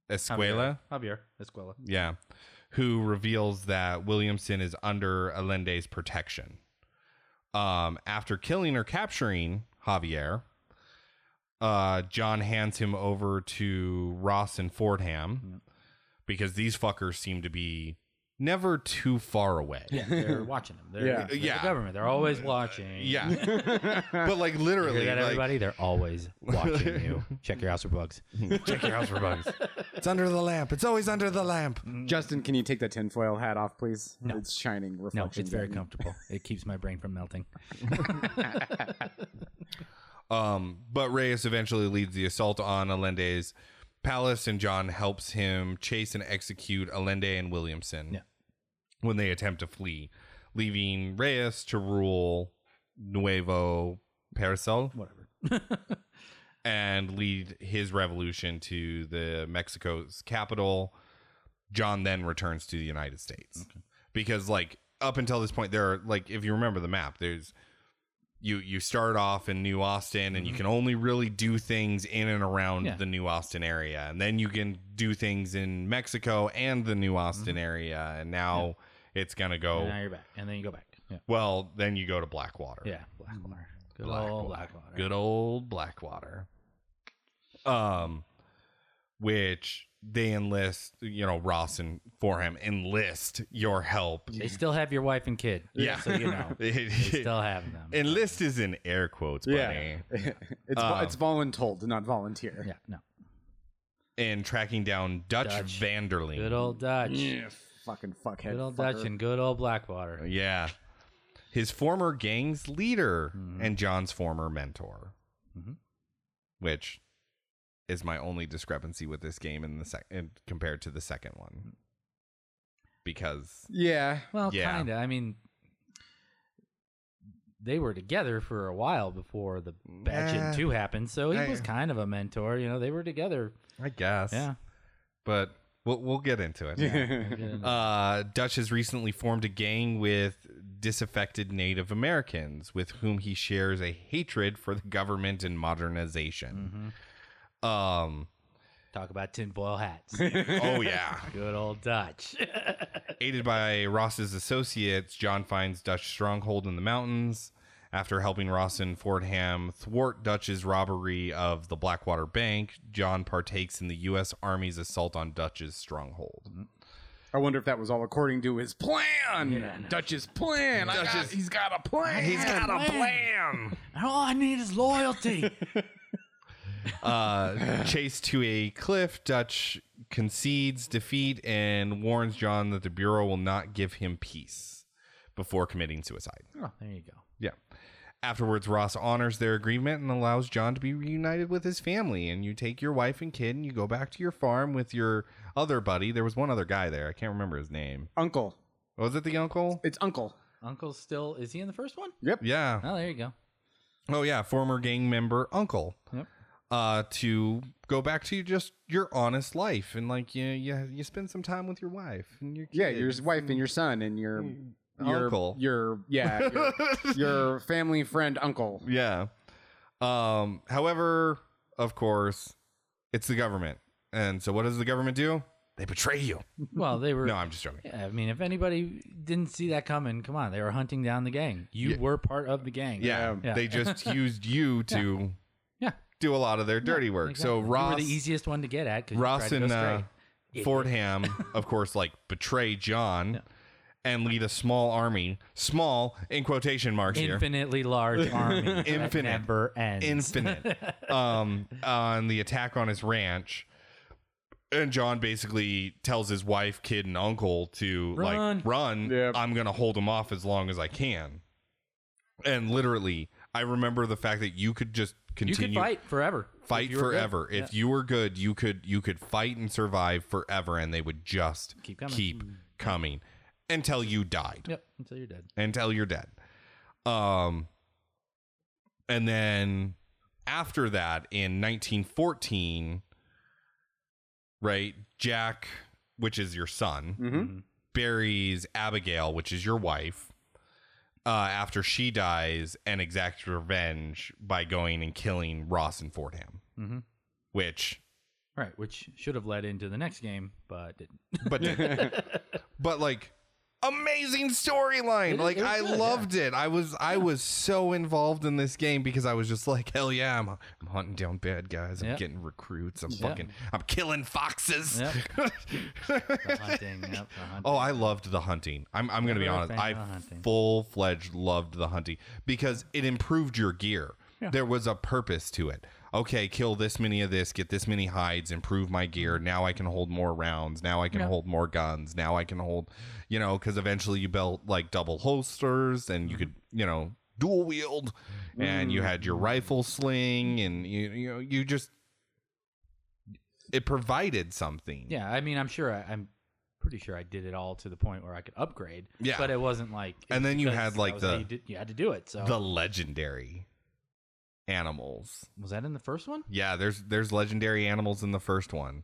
[SPEAKER 2] Escuela.
[SPEAKER 3] Javier. Escuela.
[SPEAKER 2] Yeah. Who reveals that Williamson is under Allende's protection. Um, after killing or capturing Javier, uh, John hands him over to Ross and Fordham because these fuckers seem to be never too far away.
[SPEAKER 3] Yeah, they're watching them. They're,
[SPEAKER 1] Yeah.
[SPEAKER 3] they're
[SPEAKER 2] Yeah. Uh,
[SPEAKER 3] the government. They're always watching.
[SPEAKER 2] Yeah. but like
[SPEAKER 3] You hear
[SPEAKER 2] literally,
[SPEAKER 3] that,
[SPEAKER 2] like,
[SPEAKER 3] everybody? They're always watching you. Check your house for bugs.
[SPEAKER 2] check your house for bugs. It's under the lamp. It's always under the lamp.
[SPEAKER 1] Justin, can you take that tinfoil hat off, please?
[SPEAKER 3] No.
[SPEAKER 1] It's shining
[SPEAKER 3] No,
[SPEAKER 1] reflection.
[SPEAKER 3] it's very
[SPEAKER 1] down.
[SPEAKER 3] comfortable. It keeps my brain from melting.
[SPEAKER 2] Um, but Reyes eventually leads the assault on Allende's palace, and John helps him chase and execute Allende and Williamson
[SPEAKER 3] Yeah.
[SPEAKER 2] when they attempt to flee, leaving Reyes to rule Nuevo Paracel
[SPEAKER 3] Whatever.
[SPEAKER 2] and lead his revolution to the Mexico's capital. John then returns to the United States because, like, up until this point, there are like, if you remember the map, there's you you start off in New Austin, and you can only really do things in and around
[SPEAKER 3] Mm-hmm. Yeah.
[SPEAKER 2] the New Austin area, and then you can do things in Mexico and the New Austin area, and now it's gonna go.
[SPEAKER 3] Mm-hmm. And now you're back. And then you go back. Yeah.
[SPEAKER 2] well, then you go to Blackwater.
[SPEAKER 3] Yeah. Blackwater. Good
[SPEAKER 2] Blackwater.
[SPEAKER 3] old Blackwater.
[SPEAKER 2] Good old Blackwater. Um, which they enlist, you know, Ross and Forham enlist your help.
[SPEAKER 3] They still have your wife and kid.
[SPEAKER 2] Yeah.
[SPEAKER 3] So, you know, they still have them.
[SPEAKER 2] enlist is in air quotes, buddy.
[SPEAKER 1] Yeah. it's vo-
[SPEAKER 2] Um,
[SPEAKER 1] it's voluntold, not volunteer.
[SPEAKER 3] yeah. No.
[SPEAKER 2] And tracking down Dutch,
[SPEAKER 3] Dutch.
[SPEAKER 2] Vanderling.
[SPEAKER 3] Good old Dutch.
[SPEAKER 1] Fucking fuckhead.
[SPEAKER 3] Good old
[SPEAKER 1] fucker.
[SPEAKER 3] Dutch and good old Blackwater.
[SPEAKER 2] Yeah. His former gang's leader
[SPEAKER 3] Mhm.
[SPEAKER 2] and John's former mentor,
[SPEAKER 3] Mhm.
[SPEAKER 2] which is my only discrepancy with this game in the sec- in- compared to the second one.
[SPEAKER 3] Mm-hmm.
[SPEAKER 2] Because
[SPEAKER 1] Yeah.
[SPEAKER 3] Well,
[SPEAKER 2] Yeah.
[SPEAKER 3] kind of. I mean, they were together for a while before the Batchin
[SPEAKER 2] Nah.
[SPEAKER 3] 2 happened, so he
[SPEAKER 2] I-
[SPEAKER 3] was kind of a mentor. You know, they were together.
[SPEAKER 2] I guess,
[SPEAKER 3] Yeah.
[SPEAKER 2] But we'll we'll get into it. Uh, Dutch has recently formed a gang with disaffected Native Americans with whom he shares a hatred for the government and modernization.
[SPEAKER 3] Mhm.
[SPEAKER 2] Um,
[SPEAKER 3] Talk about tinfoil hats.
[SPEAKER 2] oh yeah.
[SPEAKER 3] good old Dutch.
[SPEAKER 2] Aided by Ross's associates, John finds Dutch's stronghold in the mountains. After helping Ross and Fordham thwart Dutch's robbery of the Blackwater Bank, John partakes in the U.S. Army's assault on Dutch's stronghold.
[SPEAKER 1] I wonder if that was all according to his plan. Dutch's plan. I got- he's got a plan. He's got
[SPEAKER 3] a plan. All I need is loyalty.
[SPEAKER 2] Uh, chased to a cliff, Dutch concedes defeat and warns John that the Bureau will not give him peace before committing suicide.
[SPEAKER 3] oh, there you go.
[SPEAKER 2] Yeah. Afterwards, Ross honors their agreement and allows John to be reunited with his family. And you take your wife and kid and you go back to your farm with your other buddy. There was one other guy there. I can't remember his name.
[SPEAKER 1] Uncle.
[SPEAKER 2] Was it the uncle?
[SPEAKER 1] It's uncle.
[SPEAKER 3] Uncle's still is he in the first one?
[SPEAKER 2] Yeah.
[SPEAKER 3] Oh, there you go.
[SPEAKER 2] Oh, yeah. Former gang member, uncle.
[SPEAKER 3] Yep.
[SPEAKER 2] Uh, to go back to just your honest life and like you, you, you spend some time with your wife and your
[SPEAKER 1] Yeah,
[SPEAKER 2] kids.
[SPEAKER 1] your wife and your son and your your
[SPEAKER 2] Uncle.
[SPEAKER 1] Your yeah, your, your family friend uncle.
[SPEAKER 2] Yeah. Um, however, of course, it's the government. And so what does the government do? They betray you.
[SPEAKER 3] Well, they were.
[SPEAKER 2] No, I'm just joking.
[SPEAKER 3] Yeah, I mean, if anybody didn't see that coming, come on, they were hunting down the gang. You were part of the gang.
[SPEAKER 2] Yeah.
[SPEAKER 3] Yeah.
[SPEAKER 2] They just used you to
[SPEAKER 3] yeah.
[SPEAKER 2] do a lot of their dirty work.
[SPEAKER 3] exactly.
[SPEAKER 2] So
[SPEAKER 3] you
[SPEAKER 2] Ross
[SPEAKER 3] were the easiest one to get at. 'cause you tried
[SPEAKER 2] Ross
[SPEAKER 3] to go
[SPEAKER 2] and uh,
[SPEAKER 3] straight.
[SPEAKER 2] Fordham, of course, like betray John and lead a small army. Small in quotation marks here.
[SPEAKER 3] infinitely large army, that
[SPEAKER 2] Infinite.
[SPEAKER 3] never ends.
[SPEAKER 2] infinite um on the attack on his ranch and John basically tells his wife, kid, and uncle to
[SPEAKER 3] Run.
[SPEAKER 2] like run.
[SPEAKER 1] Yep.
[SPEAKER 2] I'm gonna hold him off as long as I can. And literally, I remember the fact that you could just
[SPEAKER 3] You could
[SPEAKER 2] continue
[SPEAKER 3] fight forever.
[SPEAKER 2] fight
[SPEAKER 3] if you were good.
[SPEAKER 2] forever. If you were good, you could you could fight and survive forever, and they would just
[SPEAKER 3] Keep coming.
[SPEAKER 2] coming until you died,
[SPEAKER 3] Yep. Until you're dead.
[SPEAKER 2] until you're dead. Um, and then after that, in 1914, right, Jack, which is your son,
[SPEAKER 1] Mhm.
[SPEAKER 2] buries Abigail, which is your wife, uh, after she dies and exacts revenge by going and killing Ross and Fordham,
[SPEAKER 3] Mhm.
[SPEAKER 2] which,
[SPEAKER 3] Right, which should have led into the next game, but didn't.
[SPEAKER 2] but, but like, amazing storyline.
[SPEAKER 3] It is-
[SPEAKER 2] Like
[SPEAKER 3] it was
[SPEAKER 2] I
[SPEAKER 3] good, yeah.
[SPEAKER 2] loved it. I was I was so involved in this game because I was just like, hell yeah, I'm, I'm hunting down bad guys. I'm
[SPEAKER 3] Yeah.
[SPEAKER 2] getting recruits. I'm
[SPEAKER 3] Yeah.
[SPEAKER 2] fucking I'm killing foxes.
[SPEAKER 3] The hunting. yep, the hunting.
[SPEAKER 2] Oh, I loved the hunting. I'm, I'm going to be
[SPEAKER 3] Never a
[SPEAKER 2] honest.
[SPEAKER 3] fan
[SPEAKER 2] I
[SPEAKER 3] of hunting.
[SPEAKER 2] full fledged loved the hunting because it improved your gear. There was a purpose to it. Okay, kill this many of this, get this many hides, improve my
[SPEAKER 3] Mm-hmm.
[SPEAKER 2] gear. Now I can hold more rounds. Now I can hold more guns. Now I can hold, you know, because eventually you built like double holsters and you
[SPEAKER 3] Mm-hmm.
[SPEAKER 2] could, you know, dual wield and you had your
[SPEAKER 3] Mm-hmm.
[SPEAKER 2] rifle sling and you, you know, you just, it provided something.
[SPEAKER 3] Yeah, I mean, I'm sure I, I'm pretty sure I did it all to the point where I could upgrade.
[SPEAKER 2] Yeah.
[SPEAKER 3] but it wasn't like. it's
[SPEAKER 2] And then you
[SPEAKER 3] because
[SPEAKER 2] had,
[SPEAKER 3] that
[SPEAKER 2] like,
[SPEAKER 3] was how
[SPEAKER 2] the-
[SPEAKER 3] you, did, you had to do it. So
[SPEAKER 2] the legendary animals.
[SPEAKER 3] was that in the first one?
[SPEAKER 2] Yeah, there's there's legendary animals in the first one.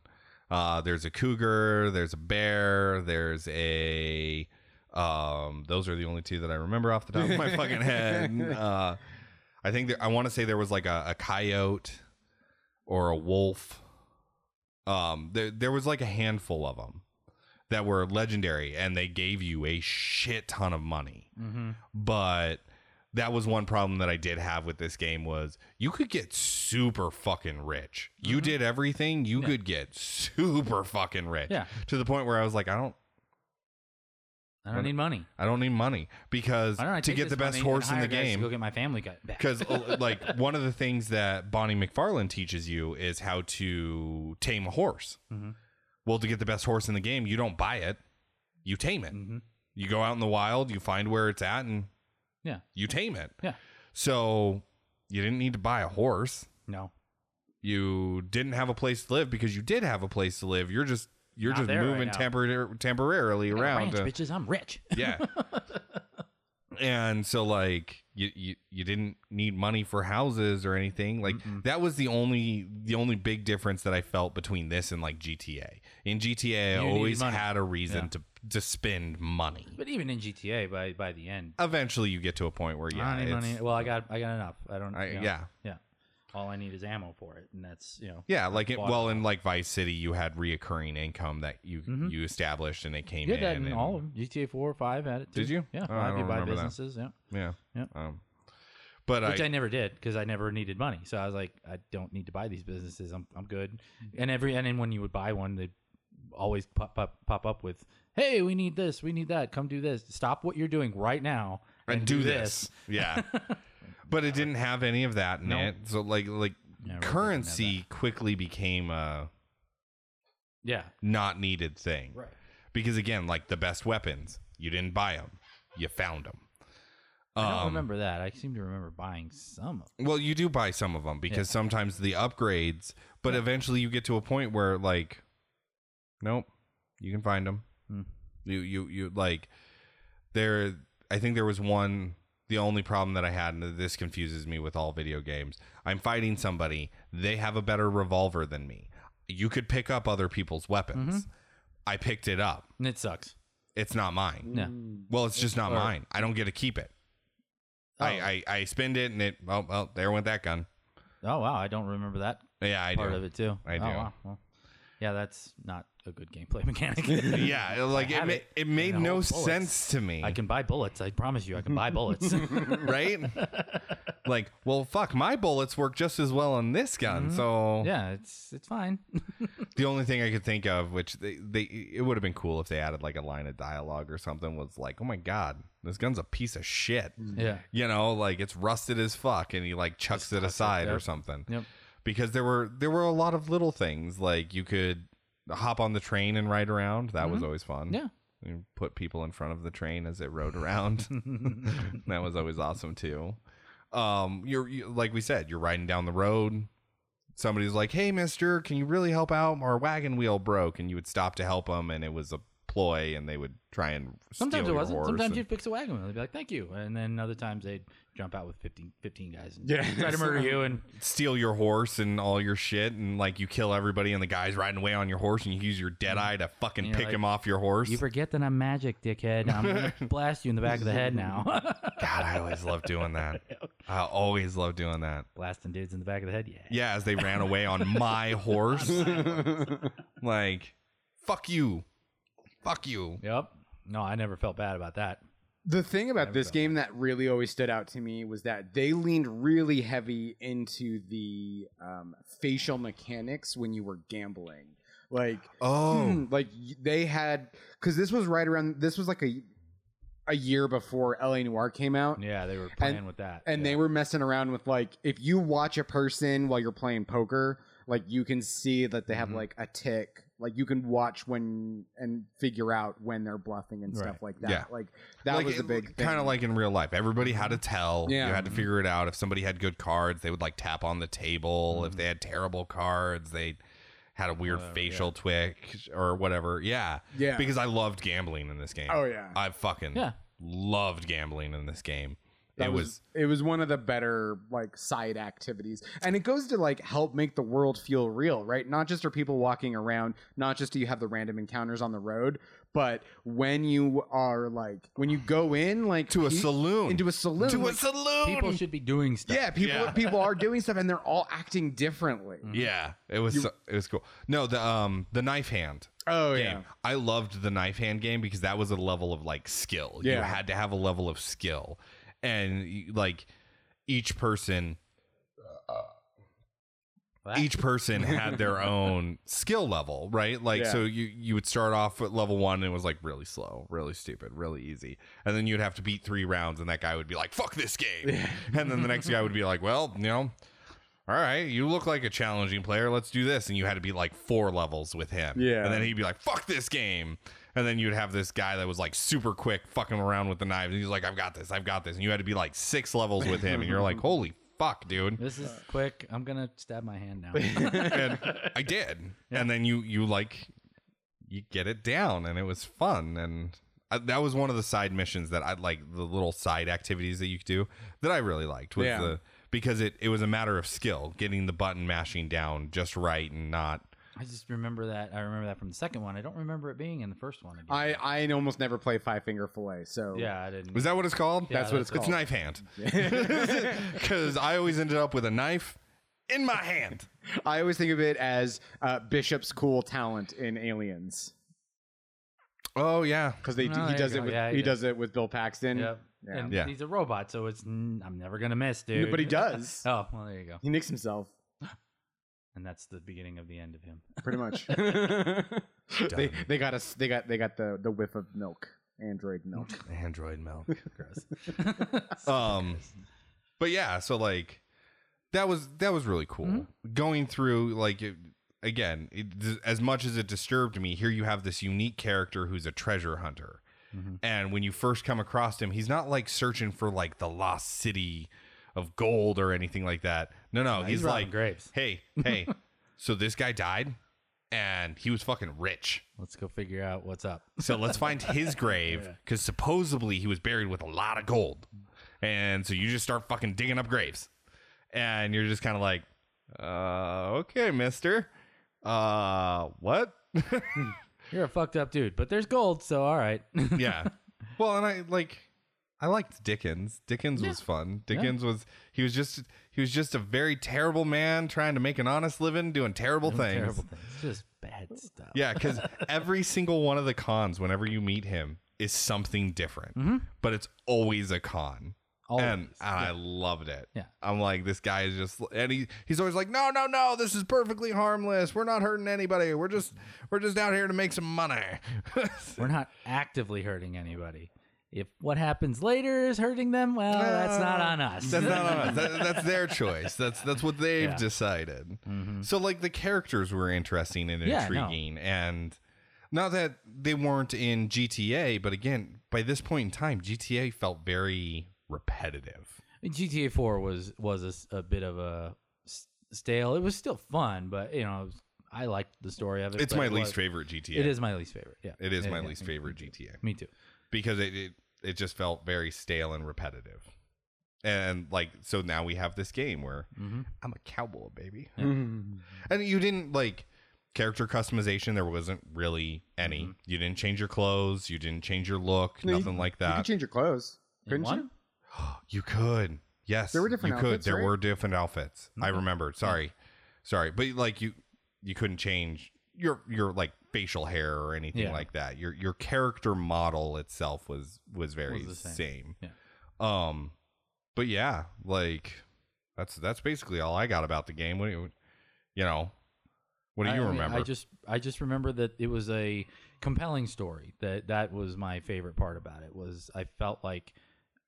[SPEAKER 2] Uh, there's a cougar, there's a bear, there's a um, those are the only two that I remember off the top of my fucking head. Uh, I think there, I want to say there was like a, a coyote or a wolf. Um, there there was like a handful of them that were legendary, and they gave you a shit ton of money
[SPEAKER 3] Mm-hmm.
[SPEAKER 2] but that was one problem that I did have with this game was you could get super fucking rich. You
[SPEAKER 3] Mm-hmm.
[SPEAKER 2] did everything, you could get super fucking rich.
[SPEAKER 3] Yeah.
[SPEAKER 2] To the point where I was like, I don't
[SPEAKER 3] I don't need money.
[SPEAKER 2] I don't need money because
[SPEAKER 3] I don't know, I
[SPEAKER 2] to
[SPEAKER 3] take
[SPEAKER 2] get the
[SPEAKER 3] this
[SPEAKER 2] best
[SPEAKER 3] money
[SPEAKER 2] horse
[SPEAKER 3] and
[SPEAKER 2] in the
[SPEAKER 3] hire guys to Go
[SPEAKER 2] game
[SPEAKER 3] get my family guy back.
[SPEAKER 2] because like one of the things that Bonnie McFarlane teaches you is how to tame a horse.
[SPEAKER 3] Mhm.
[SPEAKER 2] Well, to get the best horse in the game, you don't buy it, you tame it.
[SPEAKER 3] Mhm.
[SPEAKER 2] You go out in the wild, you find where it's at, and
[SPEAKER 3] Yeah.
[SPEAKER 2] you tame it.
[SPEAKER 3] Yeah.
[SPEAKER 2] So you didn't need to buy a horse.
[SPEAKER 3] No,
[SPEAKER 2] You didn't have a place to live because you did have a place to live. You're just you're
[SPEAKER 3] Not
[SPEAKER 2] just
[SPEAKER 3] there right
[SPEAKER 2] moving
[SPEAKER 3] now.
[SPEAKER 2] tempor- temporarily
[SPEAKER 3] I got a
[SPEAKER 2] around. uh,
[SPEAKER 3] ranch,
[SPEAKER 2] to-
[SPEAKER 3] bitches. I'm rich.
[SPEAKER 2] yeah. and so like you, you you didn't need money for houses or anything. Like that was the only the only big difference that I felt between this and like GTA. In GTA,
[SPEAKER 3] You
[SPEAKER 2] I
[SPEAKER 3] needed
[SPEAKER 2] always
[SPEAKER 3] money.
[SPEAKER 2] had a reason
[SPEAKER 3] Yeah.
[SPEAKER 2] to to spend money.
[SPEAKER 3] But even in GTA, by by the end,
[SPEAKER 2] Eventually, you get to a point where yeah,
[SPEAKER 3] I don't need
[SPEAKER 2] it's-
[SPEAKER 3] money. Well, I got I got enough. I don't.
[SPEAKER 2] I-
[SPEAKER 3] you know,
[SPEAKER 2] yeah.
[SPEAKER 3] yeah. All I need is ammo for it, and that's you know.
[SPEAKER 2] Yeah, like it,
[SPEAKER 3] Water.
[SPEAKER 2] well, in like Vice City, you had reoccurring income that you
[SPEAKER 3] Mhm.
[SPEAKER 2] you established, and it came
[SPEAKER 3] You
[SPEAKER 2] in.
[SPEAKER 3] had that in
[SPEAKER 2] and,
[SPEAKER 3] all of them. GTA 4 or 5 had it too.
[SPEAKER 2] Did you?
[SPEAKER 3] Yeah.
[SPEAKER 2] Oh, I
[SPEAKER 3] five, you
[SPEAKER 2] don't
[SPEAKER 3] buy
[SPEAKER 2] remember that.
[SPEAKER 3] businesses.
[SPEAKER 2] yeah,
[SPEAKER 3] Yeah.
[SPEAKER 2] Um, but
[SPEAKER 3] Yeah. Which
[SPEAKER 2] I,
[SPEAKER 3] I, never did because I never needed money. So I was like, I don't need to buy these businesses. I'm, I'm good. And every and then when you would buy one, they'd always pop up pop up with, Hey, we need this, we need that, come do this. Stop what you're doing right now
[SPEAKER 2] and do this, yeah. but it didn't have any of that in
[SPEAKER 3] No.
[SPEAKER 2] it. So like like
[SPEAKER 3] Yeah, it really doesn't have
[SPEAKER 2] currency quickly became a
[SPEAKER 3] Yeah.
[SPEAKER 2] not needed thing.
[SPEAKER 3] Right.
[SPEAKER 2] Because again, like the best weapons, you didn't buy them, you found them.
[SPEAKER 3] I
[SPEAKER 2] um,
[SPEAKER 3] don't remember that. I seem to remember buying some of
[SPEAKER 2] Well, you do buy some of them because sometimes the upgrades, but eventually you get to a point where like, nope, you can find them.
[SPEAKER 3] Hmm.
[SPEAKER 2] You you you like there. I think there was one. The only problem that I had, and this confuses me with all video games, I'm fighting somebody. They have a better revolver than me. You could pick up other people's weapons.
[SPEAKER 3] Mm-hmm.
[SPEAKER 2] I picked it up.
[SPEAKER 3] and it sucks.
[SPEAKER 2] It's not mine.
[SPEAKER 3] Yeah.
[SPEAKER 2] Well, it's just not mine. I don't get to keep it. I, I I spend it, and it. Well, well, there went that gun.
[SPEAKER 3] Oh wow, I don't remember that
[SPEAKER 2] Yeah, I
[SPEAKER 3] part
[SPEAKER 2] do.
[SPEAKER 3] of it too.
[SPEAKER 2] I
[SPEAKER 3] Oh,
[SPEAKER 2] do.
[SPEAKER 3] wow. Well, yeah, that's not a good gameplay mechanic.
[SPEAKER 2] Yeah, like it,
[SPEAKER 3] have
[SPEAKER 2] ma-
[SPEAKER 3] it.
[SPEAKER 2] it made
[SPEAKER 3] I hold
[SPEAKER 2] no
[SPEAKER 3] bullets.
[SPEAKER 2] sense to me,
[SPEAKER 3] I can buy bullets. I promise you, I can buy bullets.
[SPEAKER 2] right? like, well, fuck, my bullets work just as well on this gun. So
[SPEAKER 3] Mm-hmm. yeah, it's it's fine.
[SPEAKER 2] the only thing I could think of, which they, they it would have been cool if they added like a line of dialogue or something, was like, oh my god, this gun's a piece of shit.
[SPEAKER 3] yeah,
[SPEAKER 2] You know, like it's rusted as fuck, and he like chucks it aside or
[SPEAKER 3] yep.
[SPEAKER 2] something.
[SPEAKER 3] Yep.
[SPEAKER 2] Because there were there were a lot of little things like you could hop on the train and ride around. That was always fun.
[SPEAKER 3] Mm-hmm. Yeah.
[SPEAKER 2] You put people in front of the train as it rode around. that was always awesome too. Um, you're you, like we said, you're riding down the road. Somebody's like, "Hey, Mister, can you really help out? Our wagon wheel broke," and you would stop to help them, and it was a ploy, and they would try and
[SPEAKER 3] Sometimes
[SPEAKER 2] steal
[SPEAKER 3] it
[SPEAKER 2] your
[SPEAKER 3] wasn't.
[SPEAKER 2] horse
[SPEAKER 3] Sometimes
[SPEAKER 2] and-
[SPEAKER 3] you'd fix a wagon wheel. They'd be like, "Thank you," and then other times they'd jump out with 15, 15 guys and
[SPEAKER 1] Yeah.
[SPEAKER 3] try to murder you. And
[SPEAKER 2] steal your horse and all your shit and like you kill everybody and the guy's riding away on your horse and you use your dead eye to fucking
[SPEAKER 3] And you're
[SPEAKER 2] pick
[SPEAKER 3] like,
[SPEAKER 2] him off your horse.
[SPEAKER 3] you forget that I'm magic, dickhead. I'm gonna blast you in the back of the head now.
[SPEAKER 2] God, I always love doing that. I always love doing that.
[SPEAKER 3] Blasting dudes in the back of the head. Yeah.
[SPEAKER 2] Yeah, as they ran away on my horse. like, fuck you. Fuck you.
[SPEAKER 3] Yep. No, I never felt bad about that.
[SPEAKER 1] The thing about this game that really always stood out to me was that they leaned really heavy into the um, facial mechanics when you were gambling. Like,
[SPEAKER 2] Oh.
[SPEAKER 1] like y- they had because this was right around this was like a a year before LA Noir came out.
[SPEAKER 3] Yeah, they were playing with that.
[SPEAKER 1] And they were messing around with like if you watch a person while you're playing poker, like you can see that they have like a tick. Like you can watch when and figure out when they're bluffing and stuff
[SPEAKER 3] Right.
[SPEAKER 1] like that.
[SPEAKER 2] Yeah.
[SPEAKER 1] Like that was a big thing.
[SPEAKER 2] kind of like in real life. Everybody had to tell.
[SPEAKER 1] Yeah.
[SPEAKER 2] You had to figure it out. If somebody had good cards, they would like tap on the table.
[SPEAKER 1] Mm-hmm.
[SPEAKER 2] If they had terrible cards, they had a weird facial twitch or whatever. Yeah.
[SPEAKER 1] Yeah.
[SPEAKER 2] Because I loved gambling in this game.
[SPEAKER 1] Oh, yeah.
[SPEAKER 2] I fucking
[SPEAKER 3] Yeah.
[SPEAKER 2] loved gambling in this game.
[SPEAKER 1] That
[SPEAKER 2] it was
[SPEAKER 1] it was one of the better like side activities and it goes to like help make the world feel real right not just are people walking around not just do you have the random encounters on the road but when you are like when you go in like
[SPEAKER 2] to
[SPEAKER 1] you-
[SPEAKER 2] a saloon.
[SPEAKER 1] into a saloon
[SPEAKER 2] to a
[SPEAKER 1] like,
[SPEAKER 2] saloon.
[SPEAKER 3] people should be doing stuff.
[SPEAKER 1] yeah people
[SPEAKER 2] Yeah. Mm.
[SPEAKER 1] people are doing stuff and they're all acting differently
[SPEAKER 2] yeah, it was so- it was cool. No, the um the knife hand.
[SPEAKER 1] oh
[SPEAKER 2] game. I loved the knife hand game because that was a level of like skill. You
[SPEAKER 1] Yeah.
[SPEAKER 2] had to have a level of skill, and you- like each person,
[SPEAKER 3] Wow.
[SPEAKER 2] each person had their own skill level, right? Like
[SPEAKER 1] Yeah.
[SPEAKER 2] so, you you would start off at level one, and it was like really slow, really stupid, really easy, and then you'd have to beat three rounds, and that guy would be like, "Fuck this game," and then the next guy would be like, "Well, you know." All right, you look like a challenging player. Let's do this. And you had to be like four levels with him.
[SPEAKER 1] Yeah.
[SPEAKER 2] And then he'd be like, fuck this game. And then you'd have this guy that was like super quick fucking around with the knives. And he's like, I've got this, I've got this. And you had to be like six levels with him. And you're like, holy fuck, dude.
[SPEAKER 3] This is quick. I'm gonna stab my hand now.
[SPEAKER 2] And I did. And then you, you like, you get it down. And it was fun. And I, that was one of the side missions that I like, the little side activities that you could do that I really liked was
[SPEAKER 1] Yeah.
[SPEAKER 2] the, because it, it was a matter of skill, getting the button mashing down just right and not.
[SPEAKER 3] I just remember that. I remember that from the second one. I don't remember it being in the first one. Again.
[SPEAKER 1] i i almost never play five finger fillet so
[SPEAKER 3] yeah, I didn't.
[SPEAKER 2] Was that what it's called?
[SPEAKER 3] Yeah, That's what
[SPEAKER 1] it's that's called.
[SPEAKER 2] It's knife hand. Because I always ended up with a knife in my hand.
[SPEAKER 1] i always think of it as uh, bishop's cool talent in aliens
[SPEAKER 2] Oh yeah,
[SPEAKER 1] because they
[SPEAKER 3] Oh,
[SPEAKER 1] do
[SPEAKER 3] there
[SPEAKER 1] he
[SPEAKER 3] you
[SPEAKER 1] does
[SPEAKER 3] go.
[SPEAKER 1] it with
[SPEAKER 3] Yeah,
[SPEAKER 1] he
[SPEAKER 3] yeah.
[SPEAKER 1] does it with bill paxton
[SPEAKER 3] Yep.
[SPEAKER 1] Yeah.
[SPEAKER 3] And
[SPEAKER 2] Yeah.
[SPEAKER 3] he's a robot, so it's mm, I'm never gonna miss, dude.
[SPEAKER 1] but he does
[SPEAKER 3] Oh well, there you go.
[SPEAKER 1] He nicks himself,
[SPEAKER 3] And that's the beginning of the end of him.
[SPEAKER 1] pretty much. they they got us. They got they got the the whiff of milk. Android milk.
[SPEAKER 2] Android milk.
[SPEAKER 3] Gross.
[SPEAKER 2] Um, but yeah, so like that was that was really cool. Going through like it, again, it, as much as it disturbed me, here you have this unique character who's a treasure hunter. And when you first come across him, he's not like searching for like the lost city of gold or anything like that. No, no, he's,
[SPEAKER 3] he's robbing
[SPEAKER 2] like
[SPEAKER 3] grapes.
[SPEAKER 2] Hey, hey. so this guy died and he was fucking rich.
[SPEAKER 3] Let's go figure out what's up.
[SPEAKER 2] So let's find his grave because supposedly he was buried with a lot of gold. And so you just start fucking digging up graves. And you're just kind of like, uh, okay, mister. Uh, what?
[SPEAKER 3] You're a fucked up dude, but there's gold, so all right.
[SPEAKER 2] yeah. Well, and I like I liked Dickens. Dickens was fun. Dickens was he was just he was just a very terrible man trying to make an honest living doing terrible things.
[SPEAKER 3] Terrible things. Just bad stuff.
[SPEAKER 2] Yeah, because every single one of the cons, whenever you meet him, is something different. But it's always a con.
[SPEAKER 3] Mm-hmm. Always,
[SPEAKER 2] And, and I loved it.
[SPEAKER 3] Yeah.
[SPEAKER 2] I'm like, this guy is just and he he's always like, No, no, no, this is perfectly harmless. We're not hurting anybody. We're just we're just out here to make some money.
[SPEAKER 3] We're not actively hurting anybody. If what happens later is hurting them, well, that's not on us.
[SPEAKER 2] Uh, That's not on us. That- that's their choice. That's that's what they've
[SPEAKER 3] Yeah. Mm-hmm.
[SPEAKER 2] decided. So like the characters were interesting and
[SPEAKER 3] Yeah, no.
[SPEAKER 2] intriguing, and not that they weren't in GTA, but again, by this point in time, GTA felt very repetitive.
[SPEAKER 3] GTA Four was was a s- a, bit of a s- stale. It was still fun, but you know, it was- I liked the story of it.
[SPEAKER 2] It's
[SPEAKER 3] but
[SPEAKER 2] my
[SPEAKER 3] it
[SPEAKER 2] least
[SPEAKER 3] was-
[SPEAKER 2] favorite GTA.
[SPEAKER 3] It is my least favorite. Yeah,
[SPEAKER 2] It is
[SPEAKER 3] Yeah,
[SPEAKER 2] my
[SPEAKER 3] yeah.
[SPEAKER 2] least favorite GTA
[SPEAKER 3] Me too.
[SPEAKER 2] because it, it it just felt very stale and repetitive. And like so now we have this game where
[SPEAKER 3] Mm-hmm.
[SPEAKER 2] I'm a cowboy baby. And you didn't like character customization there wasn't really any.
[SPEAKER 3] Mm-hmm.
[SPEAKER 2] You didn't change your clothes, you didn't change your look,
[SPEAKER 1] No, you-
[SPEAKER 2] nothing like
[SPEAKER 1] You could
[SPEAKER 2] that.
[SPEAKER 1] change your clothes,
[SPEAKER 3] In
[SPEAKER 1] couldn't
[SPEAKER 3] one?
[SPEAKER 1] you?
[SPEAKER 2] You could. Yes.
[SPEAKER 1] There were different
[SPEAKER 2] You could.
[SPEAKER 1] outfits,
[SPEAKER 2] there
[SPEAKER 1] right?
[SPEAKER 2] were different outfits. I
[SPEAKER 3] Mm-hmm.
[SPEAKER 2] remember. Sorry. Sorry. But like you you couldn't change your your like facial hair or anything
[SPEAKER 3] Yeah.
[SPEAKER 2] like that. Your your character model itself was was very
[SPEAKER 3] Was the
[SPEAKER 2] same.
[SPEAKER 3] same. Yeah.
[SPEAKER 2] Um but yeah, like that's that's basically all I got about the game. What do you you know, what do
[SPEAKER 3] I-
[SPEAKER 2] you
[SPEAKER 3] I mean,
[SPEAKER 2] remember?
[SPEAKER 3] I just I just remember that it was a compelling story. That that was my favorite part about it was I felt like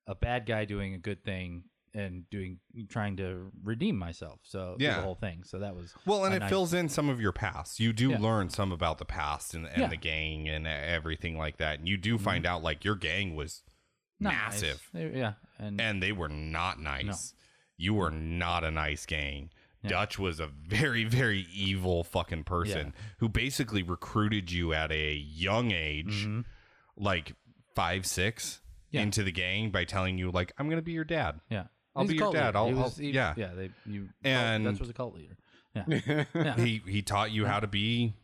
[SPEAKER 3] a bad guy doing a good thing and doing trying to redeem myself. So through
[SPEAKER 2] Yeah.
[SPEAKER 3] the whole thing. So that was
[SPEAKER 2] Well, and
[SPEAKER 3] a
[SPEAKER 2] it
[SPEAKER 3] nice-
[SPEAKER 2] fills in some of your past. You do
[SPEAKER 3] Yeah.
[SPEAKER 2] learn some about the past and, and
[SPEAKER 3] Yeah. Mm-hmm.
[SPEAKER 2] the gang and everything like that. And you do find out like your gang was
[SPEAKER 3] nice.
[SPEAKER 2] massive,
[SPEAKER 3] Yeah, and,
[SPEAKER 2] and they were not nice. You were not a nice gang. Dutch was a very, very evil fucking person who basically recruited you at a young age,
[SPEAKER 3] Mhm.
[SPEAKER 2] like five, six,
[SPEAKER 3] Mm-hmm. Yeah.
[SPEAKER 2] into the gang by telling you like, "I'm gonna be your dad."
[SPEAKER 3] yeah.
[SPEAKER 2] I'll
[SPEAKER 3] He's
[SPEAKER 2] be
[SPEAKER 3] a
[SPEAKER 2] your
[SPEAKER 3] cult
[SPEAKER 2] dad.
[SPEAKER 3] leader.
[SPEAKER 2] I'll-
[SPEAKER 3] He
[SPEAKER 2] I'll-
[SPEAKER 3] was- he-
[SPEAKER 2] yeah.
[SPEAKER 3] yeah. They you
[SPEAKER 2] And-
[SPEAKER 3] Dutch was a cult leader. Yeah. Uh-huh.
[SPEAKER 2] he he taught you how to be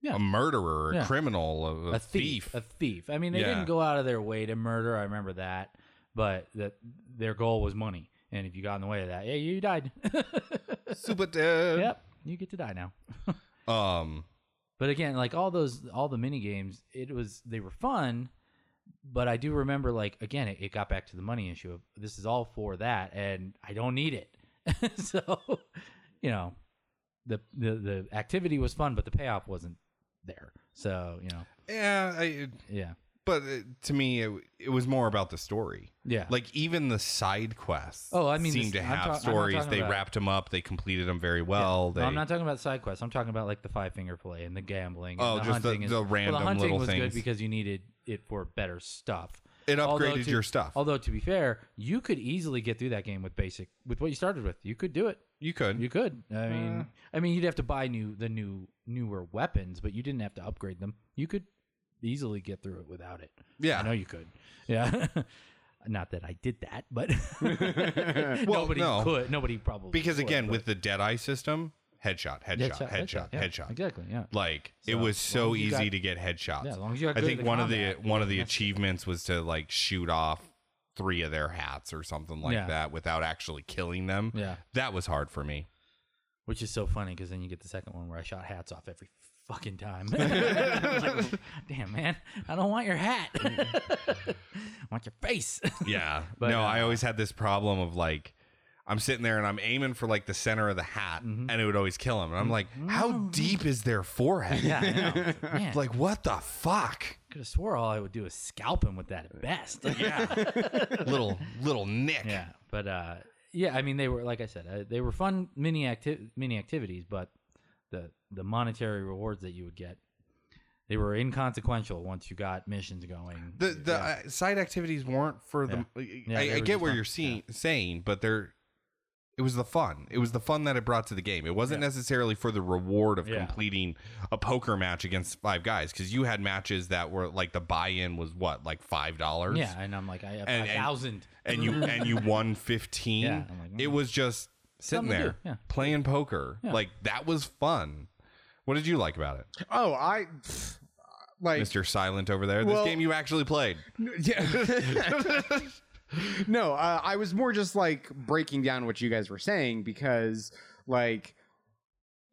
[SPEAKER 3] Yeah.
[SPEAKER 2] a murderer, a
[SPEAKER 3] Yeah.
[SPEAKER 2] criminal, a, a
[SPEAKER 3] a
[SPEAKER 2] thief.
[SPEAKER 3] thief, a thief. I mean, they
[SPEAKER 2] Yeah.
[SPEAKER 3] didn't go out of their way to murder. I remember that, but that their goal was money, and if you got in the way of that, yeah, you died.
[SPEAKER 2] Super dead.
[SPEAKER 3] yep, you get to die now.
[SPEAKER 2] uh, Um.
[SPEAKER 3] But again, like all those, all the mini games, it was they were fun, but I do remember, like again, it, it got back to the money issue of this is all for that, and I don't need it. so, you know, the, the the activity was fun, but the payoff wasn't there. So you know,
[SPEAKER 2] Yeah. I,
[SPEAKER 3] yeah,
[SPEAKER 2] but uh, to me, it, it was more about the story.
[SPEAKER 3] yeah,
[SPEAKER 2] Like even the side quests.
[SPEAKER 3] Oh, I mean,
[SPEAKER 2] seem
[SPEAKER 3] this-
[SPEAKER 2] to
[SPEAKER 3] I'm
[SPEAKER 2] have
[SPEAKER 3] ta- I'm not
[SPEAKER 2] stories.
[SPEAKER 3] talking
[SPEAKER 2] They
[SPEAKER 3] about-
[SPEAKER 2] wrapped them up. They completed them very well.
[SPEAKER 3] No,
[SPEAKER 2] they,
[SPEAKER 3] I'm not talking about side quests. I'm talking about like the five finger play and the gambling.
[SPEAKER 2] Oh,
[SPEAKER 3] and the
[SPEAKER 2] just the-
[SPEAKER 3] hunting is-
[SPEAKER 2] the
[SPEAKER 3] well,
[SPEAKER 2] random
[SPEAKER 3] the hunting
[SPEAKER 2] little
[SPEAKER 3] was
[SPEAKER 2] things.
[SPEAKER 3] good because you needed it for better stuff.
[SPEAKER 2] It
[SPEAKER 3] Although
[SPEAKER 2] upgraded
[SPEAKER 3] to-
[SPEAKER 2] your stuff.
[SPEAKER 3] Although to be fair, you could easily get through that game with basic with what you started with. You could do it.
[SPEAKER 2] you could.
[SPEAKER 3] You could.
[SPEAKER 2] Uh,
[SPEAKER 3] I mean, I mean, you'd have to buy new the new newer weapons, but you didn't have to upgrade them. You could easily get through it without it.
[SPEAKER 2] Yeah.
[SPEAKER 3] I know you could. Yeah. Not that I did that, but
[SPEAKER 2] Well,
[SPEAKER 3] nobody
[SPEAKER 2] no.
[SPEAKER 3] could. Nobody probably
[SPEAKER 2] because
[SPEAKER 3] could,
[SPEAKER 2] again,
[SPEAKER 3] but-
[SPEAKER 2] with the Deadeye system, headshot, headshot, headshot, headshot.
[SPEAKER 3] yeah, Exactly. Yeah.
[SPEAKER 2] Like it
[SPEAKER 3] So, as
[SPEAKER 2] was so
[SPEAKER 3] long as you
[SPEAKER 2] easy
[SPEAKER 3] got-
[SPEAKER 2] to get headshots.
[SPEAKER 3] Yeah, as long as you got
[SPEAKER 2] I
[SPEAKER 3] good at
[SPEAKER 2] think
[SPEAKER 3] the
[SPEAKER 2] one of
[SPEAKER 3] combat,
[SPEAKER 2] the one of the achievements was to like shoot off three of their hats or something like
[SPEAKER 3] Yeah.
[SPEAKER 2] that without actually killing them.
[SPEAKER 3] Yeah.
[SPEAKER 2] That was hard for me.
[SPEAKER 3] Which is so funny because then you get the second one where I shot hats off every fucking time. Like, Damn, man. I don't want your hat. I want your face.
[SPEAKER 2] Yeah.
[SPEAKER 3] But,
[SPEAKER 2] no,
[SPEAKER 3] uh,
[SPEAKER 2] I always had this problem of like I'm sitting there and I'm aiming for like the center of the hat
[SPEAKER 3] Mm-hmm.
[SPEAKER 2] and it would always kill him. And I'm like, how deep is their forehead?
[SPEAKER 3] yeah, I know. It's like, man,
[SPEAKER 2] Like what the fuck?
[SPEAKER 3] could have swore all I would do is scalp him with that at best. yeah.
[SPEAKER 2] little little nick.
[SPEAKER 3] Yeah. But uh, yeah, I mean, they were, like I said, uh, they were fun mini, acti- mini activities, but the, the monetary rewards that you would get, they were inconsequential once you got missions going.
[SPEAKER 2] The the uh, side activities weren't for the.
[SPEAKER 3] Yeah,
[SPEAKER 2] I,
[SPEAKER 3] they
[SPEAKER 2] I
[SPEAKER 3] were
[SPEAKER 2] get
[SPEAKER 3] just
[SPEAKER 2] where
[SPEAKER 3] fun.
[SPEAKER 2] you're seeing saying, but they're. It was the fun. It was the fun that it brought to the game. It wasn't necessarily for the reward of
[SPEAKER 3] Yeah.
[SPEAKER 2] completing a poker match against five guys because you had matches that were like the buy-in was what like five dollars.
[SPEAKER 3] yeah, and I'm like, I have
[SPEAKER 2] uh, And-
[SPEAKER 3] a
[SPEAKER 2] and-
[SPEAKER 3] thousand.
[SPEAKER 2] and you and you won fifteen.
[SPEAKER 3] Yeah, I'm like, mm.
[SPEAKER 2] It was just sitting
[SPEAKER 3] Something to
[SPEAKER 2] there
[SPEAKER 3] do, yeah.
[SPEAKER 2] playing poker. Like that was fun. What did you like about it,
[SPEAKER 1] Oh, I pff, like
[SPEAKER 2] Mister Silent over there? This
[SPEAKER 1] Well-
[SPEAKER 2] game you actually played.
[SPEAKER 1] Yeah. no, uh, I was more just like breaking down what you guys were saying because, like,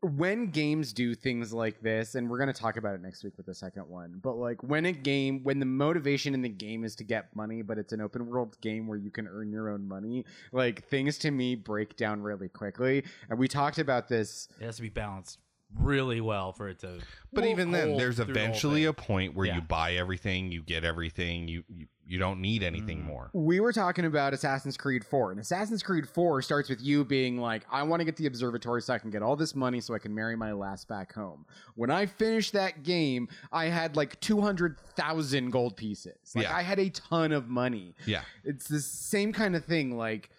[SPEAKER 1] when games do things like this, and we're going to talk about it next week with the second one, but like when a game, when the motivation in the game is to get money, but it's an open world game where you can earn your own money, like things to me break down really quickly. And we talked about this
[SPEAKER 3] It has to be balanced. really well for it to.
[SPEAKER 2] But even then,
[SPEAKER 3] hold
[SPEAKER 2] there's
[SPEAKER 3] through the whole
[SPEAKER 2] eventually
[SPEAKER 3] thing.
[SPEAKER 2] a point where
[SPEAKER 3] Yeah.
[SPEAKER 2] you buy everything, you get everything, you you, you don't need
[SPEAKER 3] Mm.
[SPEAKER 2] anything more.
[SPEAKER 1] we were talking about Assassin's Creed 4, and Assassin's Creed 4 starts with you being like, I want to get the observatory so I can get all this money so I can marry my last back home. When I finished that game, I had like 200,000 gold pieces. Like,
[SPEAKER 2] Yeah.
[SPEAKER 1] I had a ton of money.
[SPEAKER 2] Yeah.
[SPEAKER 1] It's the same kind of thing. Like,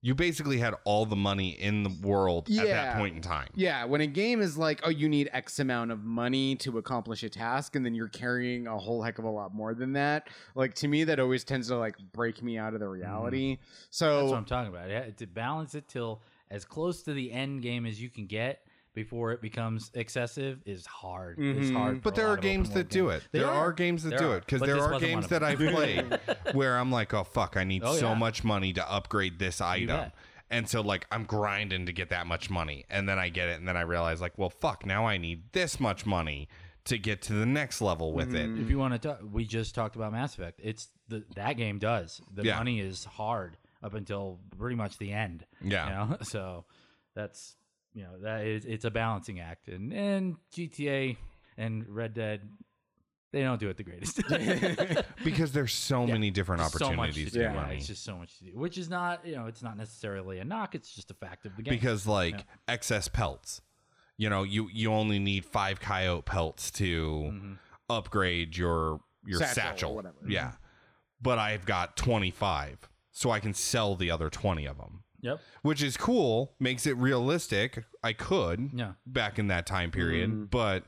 [SPEAKER 2] You basically had all the money in the world at that
[SPEAKER 1] Yeah.
[SPEAKER 2] point in time.
[SPEAKER 1] yeah, when a game is like, oh, you need X amount of money to accomplish a task, and then you're carrying a whole heck of a lot more than that, like, to me, that always tends to like break me out of the reality. So,
[SPEAKER 3] That's what I'm talking about. Yeah, to balance it till as close to the end game as you can get before it becomes excessive is hard. It's
[SPEAKER 1] Mhm.
[SPEAKER 3] hard.
[SPEAKER 2] Mm-hmm. But there are games that do it. There are games that do it because there are games that I've played where I'm like, oh fuck, I need
[SPEAKER 3] Oh,
[SPEAKER 2] so
[SPEAKER 3] yeah.
[SPEAKER 2] much money to upgrade this item.
[SPEAKER 3] bet.
[SPEAKER 2] And so like I'm grinding to get that much money and then I get it and then I realize like, well fuck, now I need this much money to get to the next level with it.
[SPEAKER 3] If you want to talk, we just talked about Mass Effect. It's the, that game does. The
[SPEAKER 2] Yeah.
[SPEAKER 3] money is hard up until pretty much the end.
[SPEAKER 2] Yeah.
[SPEAKER 3] You know? So that's you know that is it's a balancing act, and and GTA and Red Dead, they don't do it the greatest.
[SPEAKER 2] Because there's so many different
[SPEAKER 3] Just so much to
[SPEAKER 2] opportunities
[SPEAKER 3] do.
[SPEAKER 2] to
[SPEAKER 3] Yeah,
[SPEAKER 2] get money.
[SPEAKER 3] It's just so much to do, which is not you know it's not necessarily a knock. It's just a fact of the game.
[SPEAKER 2] because like excess pelts you know you you only need five coyote pelts to
[SPEAKER 3] Mm. Mm-hmm.
[SPEAKER 2] upgrade your your satchel,
[SPEAKER 1] Satchel or whatever.
[SPEAKER 2] yeah but i've got 25 so i can sell the other 20 of them
[SPEAKER 3] yep,
[SPEAKER 2] which is cool makes it realistic i could
[SPEAKER 3] Yeah. Mm.
[SPEAKER 2] back in that time period but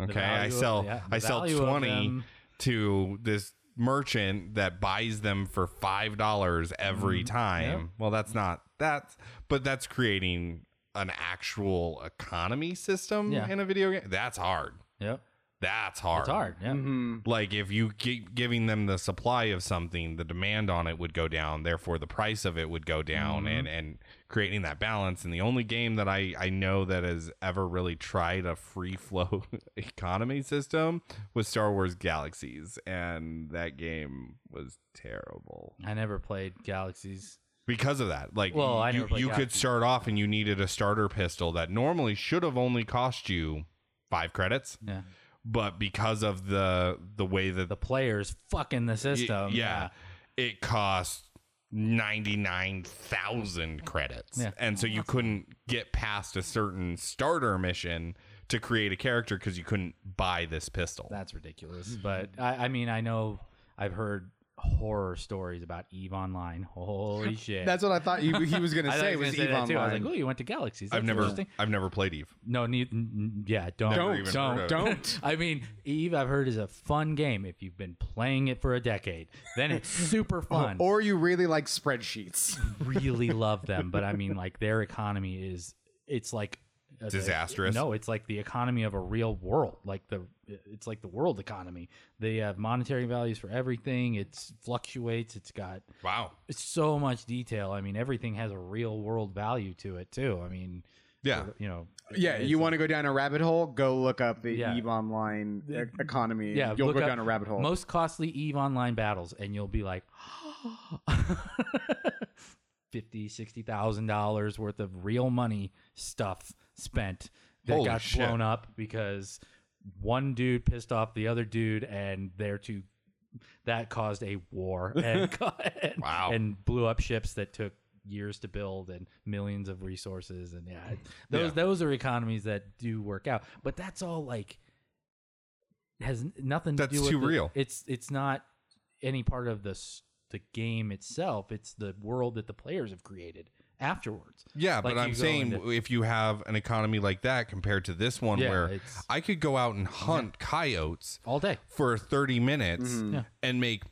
[SPEAKER 2] okay i
[SPEAKER 3] value of-
[SPEAKER 2] sell
[SPEAKER 3] yeah, the
[SPEAKER 2] i sell
[SPEAKER 3] value of
[SPEAKER 2] 20
[SPEAKER 3] them-
[SPEAKER 2] to this merchant that buys them for five dollars every
[SPEAKER 3] Mm-hmm.
[SPEAKER 2] time well that's not that's but that's creating an actual economy system
[SPEAKER 3] Yeah.
[SPEAKER 2] in a video game that's hard
[SPEAKER 3] yep.
[SPEAKER 2] that's hard
[SPEAKER 3] It's hard. Yeah.
[SPEAKER 1] Mm-hmm.
[SPEAKER 2] like if you keep giving them the supply of something the demand on it would go down therefore the price of it would go
[SPEAKER 3] Mm-hmm.
[SPEAKER 2] down and and creating that balance and the only game that i i know that has ever really tried a free flow economy system was star wars galaxies and that game was terrible
[SPEAKER 3] I never played Galaxies.
[SPEAKER 2] because of that like
[SPEAKER 3] Well, I
[SPEAKER 2] you,
[SPEAKER 3] never played
[SPEAKER 2] you could
[SPEAKER 3] Galaxies.
[SPEAKER 2] start off and you needed a starter pistol that normally should have only cost you five credits
[SPEAKER 3] Yeah.
[SPEAKER 2] but because of the the way that
[SPEAKER 3] The players fucking the
[SPEAKER 2] Y-
[SPEAKER 3] system.
[SPEAKER 2] Yeah. It cost 99,000 credits.
[SPEAKER 3] Yeah.
[SPEAKER 2] And so you couldn't get past a certain starter mission to create a character because you couldn't buy this pistol.
[SPEAKER 3] That's ridiculous. But I, I mean, I know I've heard horror stories about Eve Online. Holy shit.
[SPEAKER 1] That's what I thought he, he was going to
[SPEAKER 3] I thought
[SPEAKER 1] say
[SPEAKER 3] he
[SPEAKER 1] was
[SPEAKER 3] gonna
[SPEAKER 1] Eve
[SPEAKER 3] that too. I was
[SPEAKER 1] Online.
[SPEAKER 3] like, oh, you went to Galaxies.
[SPEAKER 2] I've
[SPEAKER 3] That's
[SPEAKER 2] never
[SPEAKER 3] interesting.
[SPEAKER 2] I've never played Eve.
[SPEAKER 3] No, need, n- yeah, don't.
[SPEAKER 2] Never even
[SPEAKER 3] don't.
[SPEAKER 2] heard of it.
[SPEAKER 1] Don't.
[SPEAKER 3] I mean, Eve, I've heard is a fun game if you've been playing it for a decade. Then it's
[SPEAKER 2] Oh,
[SPEAKER 3] super fun.
[SPEAKER 1] or you really like spreadsheets.
[SPEAKER 3] really love them, but I mean, like their economy is it's like uh,
[SPEAKER 2] Disastrous.
[SPEAKER 3] no, it's like the economy of a real world. Like the it's like the world economy. They have monetary values for everything. It's fluctuates. It's got
[SPEAKER 2] Wow.
[SPEAKER 3] so much detail. I mean, everything has a real world value to it too. I mean,
[SPEAKER 2] Yeah.
[SPEAKER 3] you know,
[SPEAKER 1] yeah, you want to go down a rabbit hole? Go look up the
[SPEAKER 3] Yeah.
[SPEAKER 1] Eve Online e- economy.
[SPEAKER 3] yeah,
[SPEAKER 1] you'll
[SPEAKER 3] look
[SPEAKER 1] go
[SPEAKER 3] up
[SPEAKER 1] down a rabbit hole.
[SPEAKER 3] Most costly Eve online battles, and you'll be like, fifty, sixty thousand dollars worth of real money stuff spent that
[SPEAKER 2] Holy
[SPEAKER 3] got
[SPEAKER 2] shit.
[SPEAKER 3] blown up because one dude pissed off the other dude, and their two that caused a war and, and,
[SPEAKER 2] Wow.
[SPEAKER 3] and blew up ships that took years to build and millions of resources and yeah those
[SPEAKER 2] Yeah.
[SPEAKER 3] those are economies that do work out but that's all like has n- nothing
[SPEAKER 2] That's
[SPEAKER 3] to do with
[SPEAKER 2] too
[SPEAKER 3] the-
[SPEAKER 2] real.
[SPEAKER 3] it's it's not any part of the s- the game itself it's the world that the players have created afterwards
[SPEAKER 2] Yeah,
[SPEAKER 3] Like,
[SPEAKER 2] but
[SPEAKER 3] you
[SPEAKER 2] I'm
[SPEAKER 3] go
[SPEAKER 2] saying
[SPEAKER 3] into-
[SPEAKER 2] if you have an economy like that compared to this one
[SPEAKER 3] Yeah,
[SPEAKER 2] where
[SPEAKER 3] it's-
[SPEAKER 2] I could go out and hunt coyotes
[SPEAKER 3] all day
[SPEAKER 2] for 30 minutes
[SPEAKER 3] Yeah.
[SPEAKER 2] and make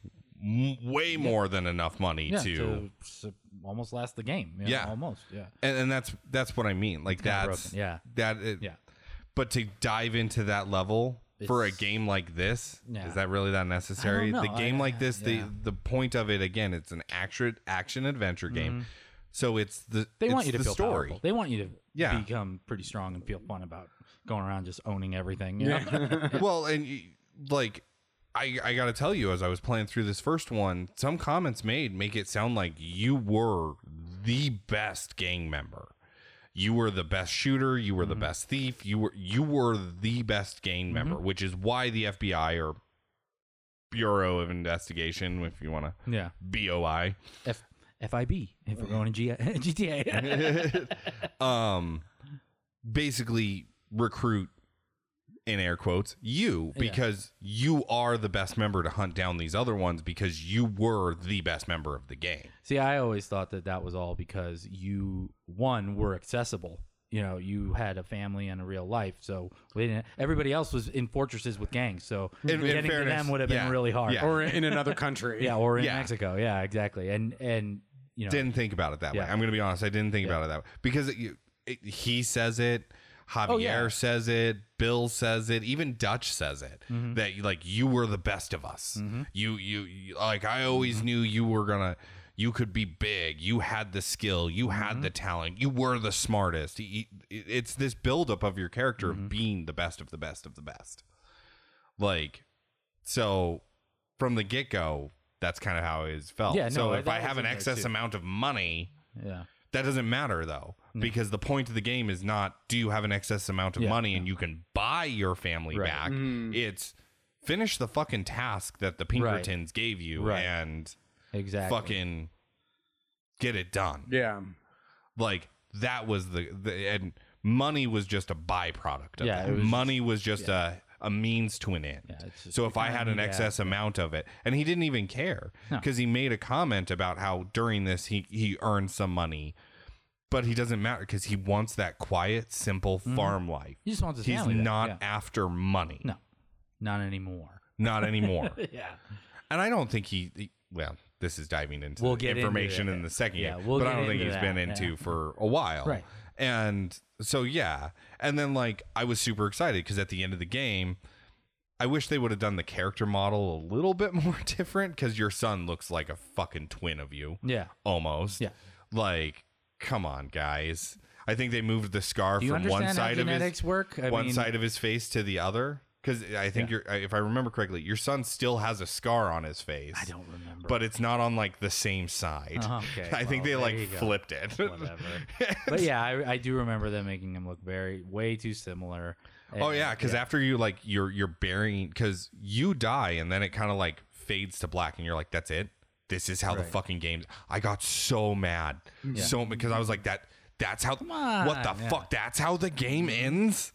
[SPEAKER 2] m- way more than enough money
[SPEAKER 3] yeah,
[SPEAKER 2] to
[SPEAKER 3] to s- almost last the game you know,
[SPEAKER 2] Yeah.
[SPEAKER 3] almost yeah
[SPEAKER 2] and, and that's that's what I mean. Like
[SPEAKER 3] kinda
[SPEAKER 2] that's
[SPEAKER 3] broken, yeah.
[SPEAKER 2] that it,
[SPEAKER 3] Yeah.
[SPEAKER 2] But to dive into that level for a
[SPEAKER 3] It's-
[SPEAKER 2] game like this,
[SPEAKER 3] Yeah.
[SPEAKER 2] is that really that necessary?
[SPEAKER 3] know.
[SPEAKER 2] The game
[SPEAKER 3] I-
[SPEAKER 2] like this,
[SPEAKER 3] yeah.
[SPEAKER 2] the the point of it again, it's an action action adventure game. So it's the
[SPEAKER 3] Mm-hmm. they
[SPEAKER 2] it's
[SPEAKER 3] want you to
[SPEAKER 2] the
[SPEAKER 3] feel
[SPEAKER 2] story.
[SPEAKER 3] powerful. They want you to
[SPEAKER 2] Yeah.
[SPEAKER 3] become pretty strong and feel fun about going around just owning everything. you know?
[SPEAKER 2] well, and you- like I I got to tell you as I was playing through this first one, some comments made make it sound like you were the best gang member. you were the best shooter, you were the best thief, you were you were the best gang member, which is why the FBI or Bureau of Investigation, if you want to
[SPEAKER 3] Yeah.
[SPEAKER 2] BOI,
[SPEAKER 3] F- FIB, if we're going to G- GTA.
[SPEAKER 2] um basically recruit in air quotes you
[SPEAKER 3] Yeah.
[SPEAKER 2] because you are the best member to hunt down these other ones because you were the best member of the gang.
[SPEAKER 3] See, I always thought that that was all because you, one, were accessible. You know, you had a family and a real life, so we didn't, everybody else was in fortresses with gangs. So
[SPEAKER 2] In- in
[SPEAKER 3] getting to
[SPEAKER 2] fairness,
[SPEAKER 3] them would have been
[SPEAKER 2] yeah,
[SPEAKER 3] really hard.
[SPEAKER 2] yeah.
[SPEAKER 3] Or,
[SPEAKER 1] or in another country.
[SPEAKER 3] yeah, or in
[SPEAKER 2] Yeah.
[SPEAKER 3] Mexico. Yeah, exactly. And and you know,
[SPEAKER 2] Didn't think about it that way.
[SPEAKER 3] Yeah.
[SPEAKER 2] I'm going to be honest, I didn't think about it that way because it, you- it, he says it, Javier
[SPEAKER 3] Oh, yeah.
[SPEAKER 2] says it, Bill says it, even Dutch says it
[SPEAKER 3] Mm-hmm.
[SPEAKER 2] that like you were the best of us. You, you you like I always
[SPEAKER 3] Mm-hmm.
[SPEAKER 2] knew you were going to you could be big. You had the skill. You had
[SPEAKER 3] Mm-hmm.
[SPEAKER 2] the talent. You were the smartest. Y- y- It's this buildup of your character
[SPEAKER 3] Mm-hmm.
[SPEAKER 2] of being the best of the best of the best. Like, so from the get go, that's kind of how it is felt.
[SPEAKER 3] Yeah, no,
[SPEAKER 2] so
[SPEAKER 3] I-
[SPEAKER 2] if
[SPEAKER 3] that
[SPEAKER 2] I have
[SPEAKER 3] was
[SPEAKER 2] an
[SPEAKER 3] in there
[SPEAKER 2] excess
[SPEAKER 3] too.
[SPEAKER 2] amount of money,
[SPEAKER 3] yeah,
[SPEAKER 2] that doesn't matter though, because the point of the game is not do you have an excess amount of
[SPEAKER 3] Yeah,
[SPEAKER 2] money and you can buy your family
[SPEAKER 3] Right.
[SPEAKER 2] back. It's finish the fucking task that the Pinkertons gave you
[SPEAKER 3] Right.
[SPEAKER 2] and
[SPEAKER 3] exactly.
[SPEAKER 2] fucking get it done.
[SPEAKER 1] Yeah.
[SPEAKER 2] Like that was the, the and money was just a byproduct of
[SPEAKER 3] Yeah,
[SPEAKER 2] that.
[SPEAKER 3] it was
[SPEAKER 2] money was just a a means to an end.
[SPEAKER 3] it's just
[SPEAKER 2] so if I had an
[SPEAKER 3] economy, yeah.
[SPEAKER 2] excess amount of it, and he didn't even care
[SPEAKER 3] No.
[SPEAKER 2] because he made a comment about how during this he he earned some money, but he doesn't matter because he wants that quiet, simple
[SPEAKER 3] Mm-hmm.
[SPEAKER 2] farm life.
[SPEAKER 3] He just wants his
[SPEAKER 2] He's
[SPEAKER 3] family back,
[SPEAKER 2] not
[SPEAKER 3] yeah.
[SPEAKER 2] after money.
[SPEAKER 3] No, not anymore.
[SPEAKER 2] Not anymore.
[SPEAKER 3] Yeah,
[SPEAKER 2] and I don't think he, he- well, this is diving into
[SPEAKER 3] We'll
[SPEAKER 2] the
[SPEAKER 3] get into
[SPEAKER 2] information
[SPEAKER 3] that.
[SPEAKER 2] in the second
[SPEAKER 3] Yeah,
[SPEAKER 2] year,
[SPEAKER 3] we'll
[SPEAKER 2] but I
[SPEAKER 3] get
[SPEAKER 2] don't think
[SPEAKER 3] into
[SPEAKER 2] he's been
[SPEAKER 3] that,
[SPEAKER 2] into
[SPEAKER 3] yeah.
[SPEAKER 2] for a while.
[SPEAKER 3] Right.
[SPEAKER 2] And so, yeah. And then, like, I was super excited because at the end of the game, I wish they would have done the character model a little bit more different because your son looks like a fucking twin of you
[SPEAKER 3] yeah.
[SPEAKER 2] almost.
[SPEAKER 3] Yeah.
[SPEAKER 2] Like, come on, guys. I think they moved the scar
[SPEAKER 3] Do you
[SPEAKER 2] from one
[SPEAKER 3] understand how
[SPEAKER 2] side of
[SPEAKER 3] genetics
[SPEAKER 2] his
[SPEAKER 3] work? I
[SPEAKER 2] one
[SPEAKER 3] mean-
[SPEAKER 2] side of his face to the other. Because I think you're, if I remember correctly, your son still has a scar on his face.
[SPEAKER 3] I don't remember.
[SPEAKER 2] But it's not on like the same side.
[SPEAKER 3] Uh-huh, okay,
[SPEAKER 2] I
[SPEAKER 3] well,
[SPEAKER 2] think they
[SPEAKER 3] there
[SPEAKER 2] like
[SPEAKER 3] you go.
[SPEAKER 2] flipped it.
[SPEAKER 3] whatever. but yeah, I, I do remember them making him look very, way too similar.
[SPEAKER 2] oh
[SPEAKER 3] And-
[SPEAKER 2] yeah, because after you like you're you're burying because you die and then it kind of like fades to black and you're like that's it. This is how the fucking game. I got so mad, so because I was like that. That's how. what the
[SPEAKER 3] Mm. on, yeah. Mm-hmm.
[SPEAKER 2] fuck? That's how the game ends.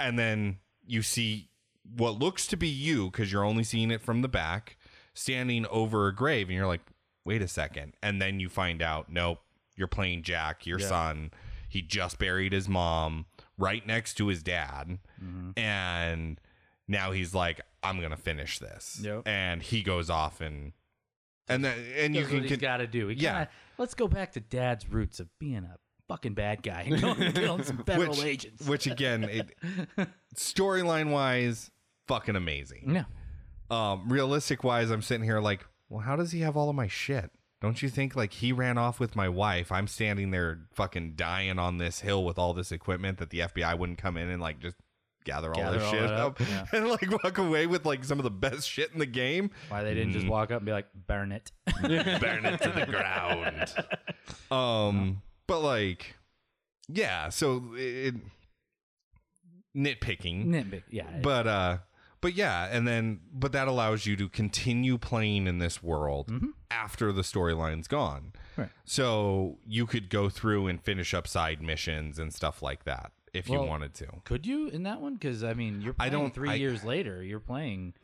[SPEAKER 2] And then you see what looks to be you because you're only seeing it from the back, standing over a grave, and you're like, wait a second. And then you find out, nope, you're playing Jack, your son. He just buried his mom right next to his dad.
[SPEAKER 3] mm-hmm.
[SPEAKER 2] And now he's like, I'm gonna finish this.
[SPEAKER 3] Yep.
[SPEAKER 2] And he goes off and and then and you
[SPEAKER 3] That's what
[SPEAKER 2] can,
[SPEAKER 3] he's got
[SPEAKER 2] con-
[SPEAKER 3] to do. He
[SPEAKER 2] yeah.
[SPEAKER 3] kinda- let's go back to Dad's roots of being a fucking bad guy and going and killing some federal
[SPEAKER 2] which,
[SPEAKER 3] agents.
[SPEAKER 2] which again, it storyline wise, fucking amazing.
[SPEAKER 3] no, Mm-hmm.
[SPEAKER 2] um, realistic wise, I'm sitting here like, well, how does he have all of my shit? Don't you think like he ran off with my wife? I'm standing there fucking dying on this hill with all this equipment that the FBI wouldn't come in and like just gather all
[SPEAKER 3] Gather
[SPEAKER 2] this
[SPEAKER 3] all
[SPEAKER 2] shit
[SPEAKER 3] that
[SPEAKER 2] up,
[SPEAKER 3] up, yeah.
[SPEAKER 2] and like walk away with like some of the best shit in the game.
[SPEAKER 3] why they
[SPEAKER 2] Mm.
[SPEAKER 3] didn't just walk up and be like, burn it.
[SPEAKER 2] burn it to the ground. Um, but like, yeah. So it, nitpicking,
[SPEAKER 3] Nitpick. Yeah.
[SPEAKER 2] but uh but yeah and then but that allows you to continue playing in this world after the storyline's gone
[SPEAKER 3] Mm-hmm. Right.
[SPEAKER 2] so you could go through and finish up side missions and stuff like that if
[SPEAKER 3] Well,
[SPEAKER 2] you wanted to
[SPEAKER 3] could you in that one? Because I mean, you're
[SPEAKER 2] I
[SPEAKER 3] playing
[SPEAKER 2] don't-
[SPEAKER 3] three
[SPEAKER 2] I-
[SPEAKER 3] years later. You're playing.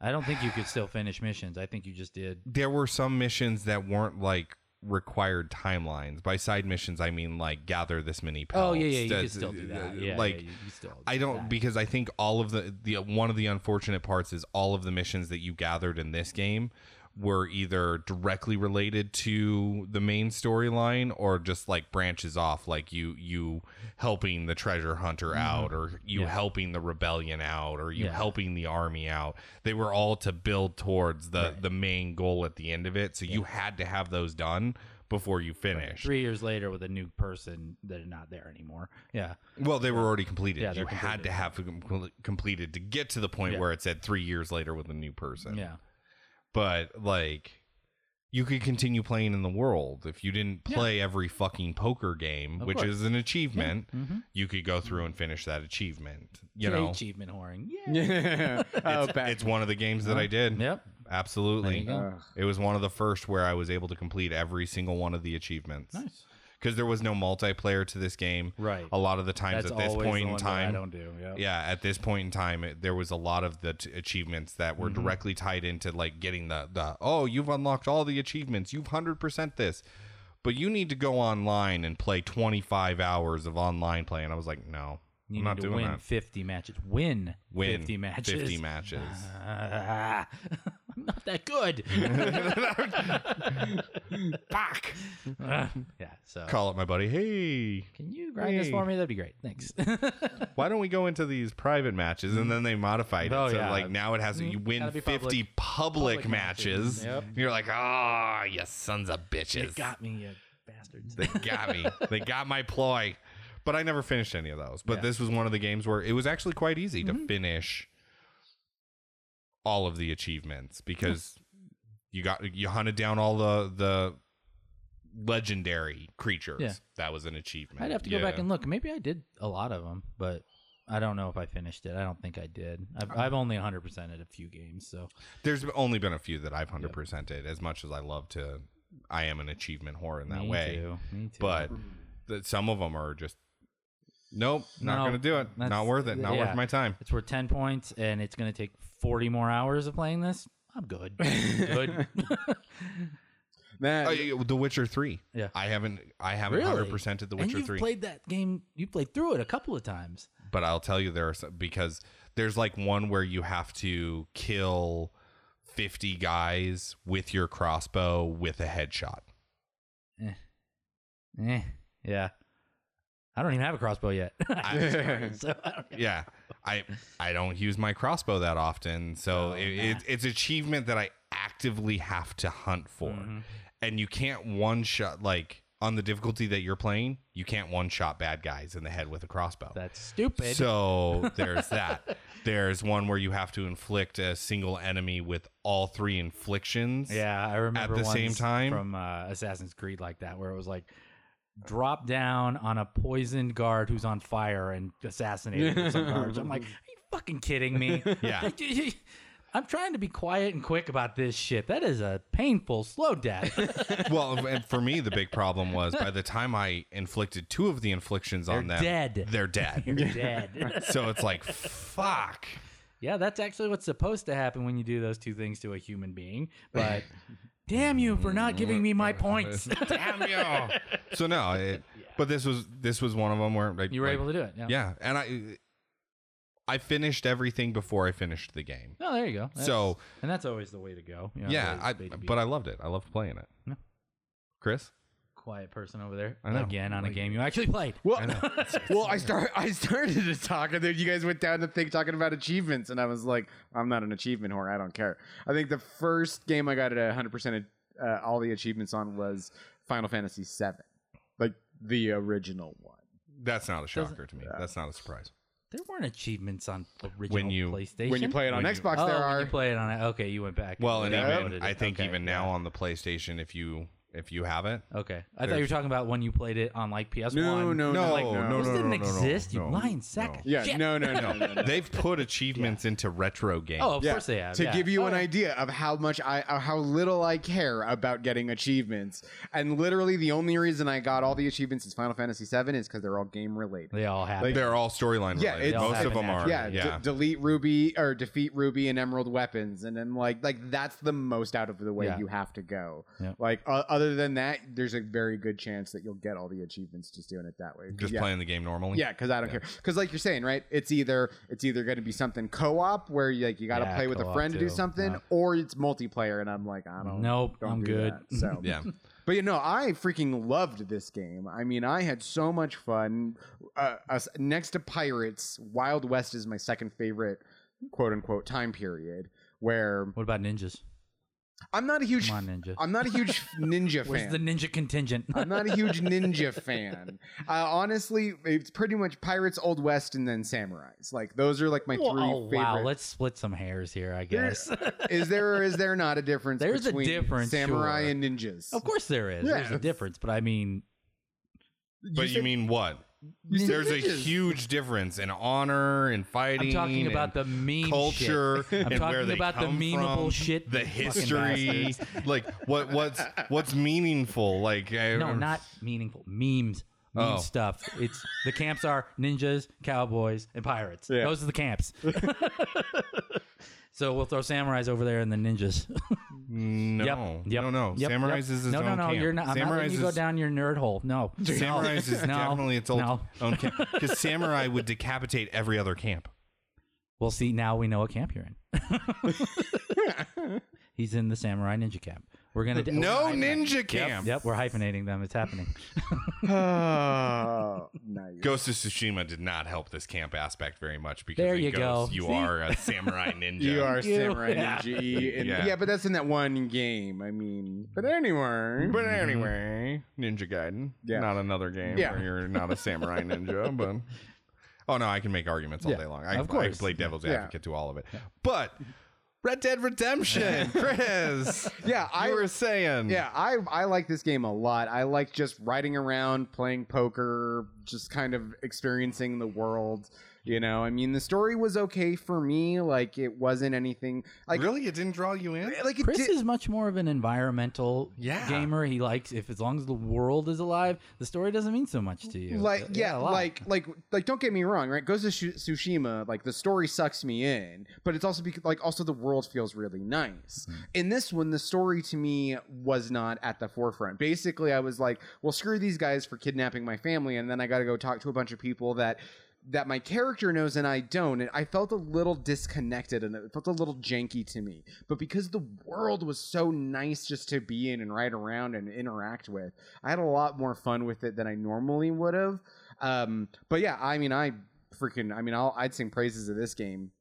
[SPEAKER 3] I don't think you could still finish missions. I think you just did.
[SPEAKER 2] there were some missions that weren't like required timelines by side missions i mean like gather this many pellets.
[SPEAKER 3] Oh yeah, yeah, you
[SPEAKER 2] That's-
[SPEAKER 3] could still do that. Yeah,
[SPEAKER 2] uh, like
[SPEAKER 3] yeah, you could still. do
[SPEAKER 2] I don't
[SPEAKER 3] that.
[SPEAKER 2] because I think all of the the one of the unfortunate parts is all of the missions that you gathered in this game were either directly related to the main storyline or just like branches off like you you helping the treasure hunter out or you
[SPEAKER 3] Mm-hmm. Yeah.
[SPEAKER 2] helping the rebellion out or you
[SPEAKER 3] Yeah.
[SPEAKER 2] helping the army out they were all to build towards the the main goal at the end of it so you had to have those done before you finished
[SPEAKER 3] three years later with a new person that are not there anymore. Yeah.
[SPEAKER 2] Well, they were already completed.
[SPEAKER 3] Yeah,
[SPEAKER 2] you
[SPEAKER 3] they're
[SPEAKER 2] had to have them com- completed to get to the point
[SPEAKER 3] Yeah.
[SPEAKER 2] where it said three years later with a new person.
[SPEAKER 3] Yeah.
[SPEAKER 2] But like, you could continue playing in the world if you didn't play every fucking poker game, which
[SPEAKER 3] course.
[SPEAKER 2] is an achievement.
[SPEAKER 3] Mm-hmm.
[SPEAKER 2] You could go through and finish that achievement. You
[SPEAKER 3] Yay,
[SPEAKER 2] know,
[SPEAKER 3] achievement whoring. Yeah.
[SPEAKER 1] oh, back.
[SPEAKER 2] it's one of the games that I did.
[SPEAKER 3] Yep.
[SPEAKER 2] Absolutely.
[SPEAKER 3] Uh-huh. There you
[SPEAKER 1] go.
[SPEAKER 2] It was one of the first where I was able to complete every single one of the achievements.
[SPEAKER 3] Nice.
[SPEAKER 2] Because there was no multiplayer to this game.
[SPEAKER 3] Right.
[SPEAKER 2] A lot of the times
[SPEAKER 3] That's
[SPEAKER 2] at this
[SPEAKER 3] always
[SPEAKER 2] point
[SPEAKER 3] the
[SPEAKER 2] in
[SPEAKER 3] one that I
[SPEAKER 2] time.
[SPEAKER 3] don't do. Yeah.
[SPEAKER 2] Yeah, at this point in time, it, there was a lot of the t- achievements that
[SPEAKER 3] Mm-hmm.
[SPEAKER 2] were directly tied into like getting the the oh, you've unlocked all the achievements, you've hundred percent this, but you need to go online and play twenty five hours of online play. And I was like, no,
[SPEAKER 3] You need
[SPEAKER 2] I'm not
[SPEAKER 3] to
[SPEAKER 2] doing
[SPEAKER 3] win
[SPEAKER 2] that.
[SPEAKER 3] 50 matches. Win,
[SPEAKER 2] Win
[SPEAKER 3] 50 matches.
[SPEAKER 2] Fifty matches.
[SPEAKER 3] Ah, I'm not that good. Fuck. Ah, yeah. So
[SPEAKER 2] Call up my buddy. Hey,
[SPEAKER 3] can you grind this
[SPEAKER 2] Hey.
[SPEAKER 3] for me? That'd be great. Thanks.
[SPEAKER 2] why don't we go into these private matches? And then they modified it.
[SPEAKER 3] Oh,
[SPEAKER 2] so
[SPEAKER 3] yeah. Mm-hmm.
[SPEAKER 2] like now it has you win
[SPEAKER 3] gotta be public.
[SPEAKER 2] fifty public,
[SPEAKER 3] Public
[SPEAKER 2] matches.
[SPEAKER 3] matches. Yep.
[SPEAKER 2] And You're like, ah, you sons of
[SPEAKER 3] you
[SPEAKER 2] bitches.
[SPEAKER 3] got me, you bastards.
[SPEAKER 2] They got me. they got my ploy. But I never finished any of those. But
[SPEAKER 3] Yeah. Mm-hmm.
[SPEAKER 2] this was one of the games where it was actually quite easy to finish all of the achievements because you got you hunted down all the the legendary creatures.
[SPEAKER 3] Yeah.
[SPEAKER 2] That was an achievement.
[SPEAKER 3] I'd have to go back
[SPEAKER 2] Yeah.
[SPEAKER 3] and look. Maybe I did a lot of them, but I don't know if I finished it. I don't think I did. I've, I've only 100%ed a few games, so
[SPEAKER 2] There's only been a few that I've hundred percented. As much as I love to, I am an achievement whore in that
[SPEAKER 3] me
[SPEAKER 2] way.
[SPEAKER 3] Too. Me too.
[SPEAKER 2] But th- some of them are just nope, not
[SPEAKER 3] No,
[SPEAKER 2] gonna do it.
[SPEAKER 3] that's-
[SPEAKER 2] Not worth it. Not
[SPEAKER 3] yeah.
[SPEAKER 2] worth my time.
[SPEAKER 3] it's worth 10 points and it's going to take 40 more hours of playing this. I'm good. good.
[SPEAKER 1] That-
[SPEAKER 2] Oh, yeah, The Witcher Three.
[SPEAKER 3] Yeah.
[SPEAKER 2] I haven't. I haven't
[SPEAKER 3] Really?
[SPEAKER 2] hundred percented The
[SPEAKER 3] and
[SPEAKER 2] Witcher
[SPEAKER 3] you've
[SPEAKER 2] Three.
[SPEAKER 3] played that game, you played through it a couple of times.
[SPEAKER 2] but I'll tell you there are some, because there's like one where you have to kill fifty guys with your crossbow with a headshot.
[SPEAKER 3] Eh, yeah. I don't even have a crossbow yet. so I don't,
[SPEAKER 2] Yeah. I I don't use my crossbow that often, so
[SPEAKER 3] Oh,
[SPEAKER 2] it, it, it's achievement that I actively have to hunt for,
[SPEAKER 3] Mm-hmm.
[SPEAKER 2] and you can't one shot like on the difficulty that you're playing, you can't one shot bad guys in the head with a crossbow.
[SPEAKER 3] that's stupid.
[SPEAKER 2] So there's that. There's one where you have to inflict a single enemy with all three inflictions.
[SPEAKER 3] Yeah, I remember
[SPEAKER 2] the same
[SPEAKER 3] ones
[SPEAKER 2] time?
[SPEAKER 3] from uh, Assassin's Creed like that, where it was like drop down on a poisoned guard who's on fire and assassinated some guards. I'm like, are you fucking kidding me?
[SPEAKER 2] Yeah.
[SPEAKER 3] I'm trying to be quiet and quick about this shit. That is a painful slow death.
[SPEAKER 2] Well, and for me, the big problem was by the time I inflicted two of the inflictions on
[SPEAKER 3] They're
[SPEAKER 2] them,
[SPEAKER 3] dead.
[SPEAKER 2] They're dead.
[SPEAKER 3] You're dead.
[SPEAKER 2] so it's like, fuck.
[SPEAKER 3] yeah, that's actually what's supposed to happen when you do those two things to a human being. But damn you for not giving me my points.
[SPEAKER 2] Damn you. So no, it, but this was this was one of them where like,
[SPEAKER 3] you were
[SPEAKER 2] like,
[SPEAKER 3] able to do it. Yeah.
[SPEAKER 2] yeah, and I I finished everything before I finished the game.
[SPEAKER 3] Oh, there you go. That's-
[SPEAKER 2] So-
[SPEAKER 3] and that's always the way to go. You know,
[SPEAKER 2] yeah,
[SPEAKER 3] always
[SPEAKER 2] I,
[SPEAKER 3] the way to be.
[SPEAKER 2] but I loved it. I loved playing it.
[SPEAKER 3] Yeah.
[SPEAKER 2] Chris.
[SPEAKER 3] quiet person over there
[SPEAKER 2] I know.
[SPEAKER 3] again on a game you actually played.
[SPEAKER 1] Well, well, I start I started to talk, and then you guys went down the thing talking about achievements, and I was like, I'm not an achievement whore. I don't care. I think the first game I got at 100 percent uh, all the achievements on was Final Fantasy VII, like the original one.
[SPEAKER 2] That's not a shocker to me. That's not a surprise.
[SPEAKER 3] There weren't achievements on original
[SPEAKER 2] When you-
[SPEAKER 3] PlayStation.
[SPEAKER 1] When you play it on
[SPEAKER 2] When you-
[SPEAKER 1] Xbox,
[SPEAKER 3] oh,
[SPEAKER 1] there
[SPEAKER 3] when
[SPEAKER 1] are
[SPEAKER 3] you play it on it. Okay, you went back.
[SPEAKER 2] Well, and
[SPEAKER 3] You
[SPEAKER 1] Yeah.
[SPEAKER 2] even
[SPEAKER 3] downloaded it.
[SPEAKER 2] I think
[SPEAKER 3] Okay,
[SPEAKER 2] even
[SPEAKER 3] yeah.
[SPEAKER 2] now on the PlayStation, if you if you have it,
[SPEAKER 3] Okay, I thought you were talking about when you played it on like PS1.
[SPEAKER 1] no, no, no,
[SPEAKER 2] No,
[SPEAKER 1] like, no,
[SPEAKER 2] no,
[SPEAKER 3] This
[SPEAKER 2] no.
[SPEAKER 3] didn't exist.
[SPEAKER 2] no,
[SPEAKER 3] you lying sack.
[SPEAKER 2] no.
[SPEAKER 3] of
[SPEAKER 1] yeah,
[SPEAKER 3] shit.
[SPEAKER 1] no, no, no, no, no.
[SPEAKER 2] they've put achievements into retro games.
[SPEAKER 3] Oh, of
[SPEAKER 1] Yeah.
[SPEAKER 3] course they have.
[SPEAKER 1] To
[SPEAKER 3] yeah.
[SPEAKER 1] give you
[SPEAKER 3] Oh,
[SPEAKER 1] an
[SPEAKER 3] yeah.
[SPEAKER 1] idea of how much I, uh, how little I care about getting achievements, and literally the only reason I got all the achievements is Final Fantasy VII is because they're all game related.
[SPEAKER 3] they all have.
[SPEAKER 2] They're all storyline
[SPEAKER 1] Yeah,
[SPEAKER 2] related.
[SPEAKER 1] it's-
[SPEAKER 2] Most of
[SPEAKER 3] They all
[SPEAKER 2] them
[SPEAKER 3] have
[SPEAKER 2] are.
[SPEAKER 3] a
[SPEAKER 1] yeah,
[SPEAKER 2] Yeah,
[SPEAKER 1] d- delete ruby or defeat ruby and emerald weapons and then like like that's the most out of the way
[SPEAKER 3] Yeah.
[SPEAKER 1] you have to go
[SPEAKER 3] Yeah.
[SPEAKER 1] like uh, other than that there's a very good chance that you'll get all the achievements just doing it that way 'Cause,
[SPEAKER 2] just
[SPEAKER 1] yeah.
[SPEAKER 2] playing the game normally.
[SPEAKER 1] yeah, because I don't care. Because like you're saying, right? It's either it's either going to be something co-op where you, like you got to
[SPEAKER 3] Yeah,
[SPEAKER 1] play with a
[SPEAKER 3] co-op
[SPEAKER 1] friend to do
[SPEAKER 3] too.
[SPEAKER 1] something,
[SPEAKER 3] Yeah.
[SPEAKER 1] or it's multiplayer, and I'm like, I don't.
[SPEAKER 3] Nope,
[SPEAKER 1] don't
[SPEAKER 3] I'm
[SPEAKER 1] do
[SPEAKER 3] good.
[SPEAKER 1] that. So
[SPEAKER 2] yeah.
[SPEAKER 1] but you know, I freaking loved this game. I mean, I had so much fun. Uh, us, next to Pirates, Wild West is my second favorite, quote unquote, time period. Where
[SPEAKER 3] What about ninjas?
[SPEAKER 1] I'm not a huge.
[SPEAKER 3] Come on, Ninja.
[SPEAKER 1] I'm not a huge ninja
[SPEAKER 3] Where's
[SPEAKER 1] fan.
[SPEAKER 3] the ninja contingent?
[SPEAKER 1] I'm not a huge ninja fan. Uh, honestly, it's pretty much pirates, old west, and then samurais. Like those are like my three
[SPEAKER 3] oh,
[SPEAKER 1] favorite.
[SPEAKER 3] wow. Let's split some hairs here, I guess.
[SPEAKER 1] is there or is there not a difference?
[SPEAKER 3] There's a
[SPEAKER 1] between
[SPEAKER 3] difference,
[SPEAKER 1] Samurai
[SPEAKER 3] sure.
[SPEAKER 1] and ninjas.
[SPEAKER 2] uh,
[SPEAKER 3] of course there is. There's a
[SPEAKER 1] Yes.
[SPEAKER 3] difference, but I mean,
[SPEAKER 2] But you,
[SPEAKER 1] said-
[SPEAKER 2] mean what?
[SPEAKER 1] You said
[SPEAKER 2] There's a
[SPEAKER 1] ninjas.
[SPEAKER 2] huge difference in honor and fighting.
[SPEAKER 3] I'm talking about
[SPEAKER 2] and
[SPEAKER 3] the meme
[SPEAKER 2] culture
[SPEAKER 3] Shit. I'm
[SPEAKER 2] and
[SPEAKER 3] talking
[SPEAKER 2] where they
[SPEAKER 3] about the
[SPEAKER 2] come
[SPEAKER 3] memeable
[SPEAKER 2] from,
[SPEAKER 3] shit.
[SPEAKER 2] the
[SPEAKER 3] fucking
[SPEAKER 2] history,
[SPEAKER 3] bastards.
[SPEAKER 2] like what what's what's meaningful. Like I-
[SPEAKER 3] No, not meaningful memes. Meme
[SPEAKER 2] Oh.
[SPEAKER 3] stuff. It's the camps are ninjas, cowboys, and pirates.
[SPEAKER 1] Yeah.
[SPEAKER 3] Those are the camps. so we'll throw samurais over there and the ninjas.
[SPEAKER 2] No,
[SPEAKER 3] yep. Yep.
[SPEAKER 2] no, no.
[SPEAKER 3] Yep.
[SPEAKER 2] Samurais
[SPEAKER 3] yep.
[SPEAKER 2] is his
[SPEAKER 3] no,
[SPEAKER 2] own
[SPEAKER 3] no, no.
[SPEAKER 2] camp.
[SPEAKER 3] You're not. I'm not
[SPEAKER 2] Samurais
[SPEAKER 3] letting you go
[SPEAKER 2] is-
[SPEAKER 3] down your nerd hole. No.
[SPEAKER 2] Samurais is
[SPEAKER 3] No.
[SPEAKER 2] definitely its old,
[SPEAKER 3] No.
[SPEAKER 2] own camp because samurai would decapitate every other camp.
[SPEAKER 3] Well, see, now we know what camp you're in. He's in the samurai ninja camp. We're gonna
[SPEAKER 2] No
[SPEAKER 3] we're hyphenating-
[SPEAKER 2] ninja camp.
[SPEAKER 3] Yep, we're hyphenating them. It's happening.
[SPEAKER 2] Uh.
[SPEAKER 1] Oh, nice.
[SPEAKER 2] Ghost of Tsushima did not help this camp aspect very much because
[SPEAKER 3] There
[SPEAKER 2] in
[SPEAKER 3] you
[SPEAKER 2] Ghost,
[SPEAKER 3] go.
[SPEAKER 2] You
[SPEAKER 3] See?
[SPEAKER 2] are a samurai ninja.
[SPEAKER 1] You are
[SPEAKER 3] You-
[SPEAKER 1] samurai
[SPEAKER 3] Yeah.
[SPEAKER 1] ninja. And,
[SPEAKER 2] Yeah.
[SPEAKER 1] yeah. but that's in that one game. I mean, but uh, anyway.
[SPEAKER 2] But anyway, Ninja Gaiden,
[SPEAKER 1] Yeah.
[SPEAKER 2] not another game
[SPEAKER 1] Yeah.
[SPEAKER 2] where you're not a samurai ninja, but oh no, I can make arguments all
[SPEAKER 3] Yeah,
[SPEAKER 2] day long. I,
[SPEAKER 3] of
[SPEAKER 2] I
[SPEAKER 3] course.
[SPEAKER 2] play devil's
[SPEAKER 1] Yeah.
[SPEAKER 2] advocate to all of it, but Red Dead Redemption, Chris.
[SPEAKER 1] Yeah, I-
[SPEAKER 2] you were saying,
[SPEAKER 1] Yeah, I I like this game a lot. I like just riding around, playing poker, just kind of experiencing the world. You know, I mean, the story was okay for me. Like, it wasn't anything like
[SPEAKER 2] really, it didn't draw you in.
[SPEAKER 1] like it
[SPEAKER 3] Chris
[SPEAKER 1] did,
[SPEAKER 3] is much more of an environmental
[SPEAKER 2] Yeah.
[SPEAKER 3] gamer. He likes if as long as the world is alive, the story doesn't mean so much to you. Uh,
[SPEAKER 1] like yeah,
[SPEAKER 3] a lot.
[SPEAKER 1] like like like don't get me wrong right goes to tsushima like the story sucks me in but it's also because like also the world feels really nice
[SPEAKER 3] Hmm.
[SPEAKER 1] in this one the story to me was not at the forefront basically i was like well screw these guys for kidnapping my family and then i gotta go talk to a bunch of people that that my character knows and I don't, and I felt a little disconnected and it felt a little janky to me. But because the world was so nice just to be in and ride around and interact with, I had a lot more fun with it than I normally would have. Um, but yeah, I mean, I freaking, I mean, I'll, I'd sing praises of this game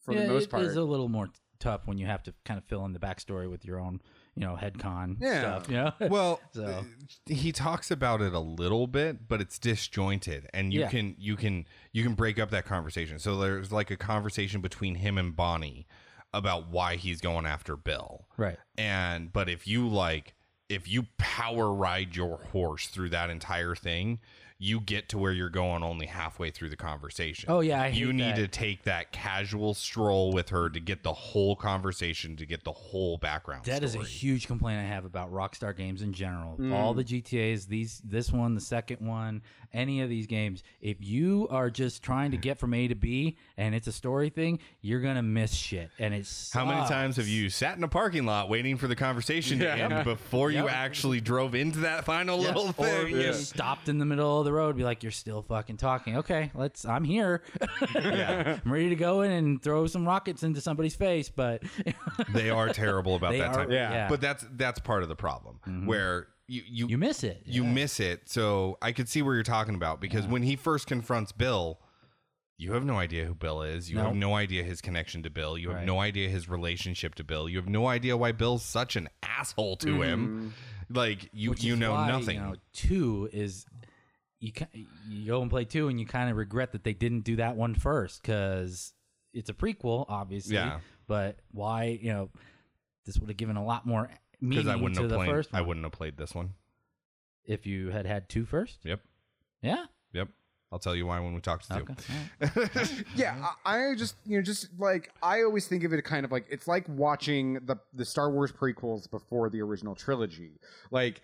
[SPEAKER 1] for
[SPEAKER 3] Yeah,
[SPEAKER 1] the most
[SPEAKER 3] it
[SPEAKER 1] part.
[SPEAKER 3] is a little more tough when you have to kind of fill in the backstory with your own, you know, headcon
[SPEAKER 1] Yeah.
[SPEAKER 3] stuff. You know?
[SPEAKER 2] well uh,
[SPEAKER 3] So-
[SPEAKER 2] he talks about it a little bit but it's disjointed and you
[SPEAKER 3] Yeah.
[SPEAKER 2] can you can you can break up that conversation so there's like a conversation between him and bonnie about why he's going after bill
[SPEAKER 3] right.
[SPEAKER 2] and but if you like if you power ride your horse through that entire thing you get to where you're going only halfway through the conversation
[SPEAKER 3] Oh yeah, I
[SPEAKER 2] you
[SPEAKER 3] hate that.
[SPEAKER 2] need to take that casual stroll with her to get the whole conversation to get the whole background
[SPEAKER 3] That is
[SPEAKER 2] story.
[SPEAKER 3] a huge complaint I have about Rockstar games in general. All the GTA's, these, this one, the second one, any of these games. If you are just trying to get from A to B and it's a story thing, you're gonna miss shit, and it's
[SPEAKER 2] How many times have you sat in a parking lot waiting for the conversation to end before you actually drove into that final little
[SPEAKER 3] Or
[SPEAKER 2] thing?
[SPEAKER 3] you stopped in the middle of the road, be like, "You're still fucking talking." Okay, let's. I'm here. I'm ready to go in and throw some rockets into somebody's face, but
[SPEAKER 2] They are terrible about
[SPEAKER 3] They
[SPEAKER 2] that
[SPEAKER 3] are-
[SPEAKER 2] type.
[SPEAKER 3] yeah. Yeah.
[SPEAKER 2] But that's that's part of the problem where you you,
[SPEAKER 3] you miss it.
[SPEAKER 2] you miss it. So I could see where you're talking about because when he first confronts Bill, you have no idea who Bill is. You
[SPEAKER 3] No.
[SPEAKER 2] have no idea his connection to Bill. You have
[SPEAKER 3] Right.
[SPEAKER 2] no idea his relationship to Bill. You have no idea why Bill's such an asshole to him. Like
[SPEAKER 3] Mm-hmm.
[SPEAKER 2] you
[SPEAKER 3] Which
[SPEAKER 2] you
[SPEAKER 3] is
[SPEAKER 2] know
[SPEAKER 3] why,
[SPEAKER 2] nothing.
[SPEAKER 3] You know, two is you ki- you go and play two, and you kind of regret that they didn't do that one first because it's a prequel, obviously.
[SPEAKER 2] Yeah.
[SPEAKER 3] But why? You know, this would have given a lot more meaning
[SPEAKER 2] because I wouldn't
[SPEAKER 3] to
[SPEAKER 2] have
[SPEAKER 3] the
[SPEAKER 2] played.
[SPEAKER 3] first one
[SPEAKER 2] I wouldn't have played this one.
[SPEAKER 3] if you had had two first.
[SPEAKER 2] Yep.
[SPEAKER 3] Yeah.
[SPEAKER 2] Yep. I'll tell you why when we talk to
[SPEAKER 3] Okay.
[SPEAKER 2] you.
[SPEAKER 3] all right.
[SPEAKER 1] yeah, I, I just you know just like I always think of it kind of like it's like watching the the Star Wars prequels before the original trilogy. Like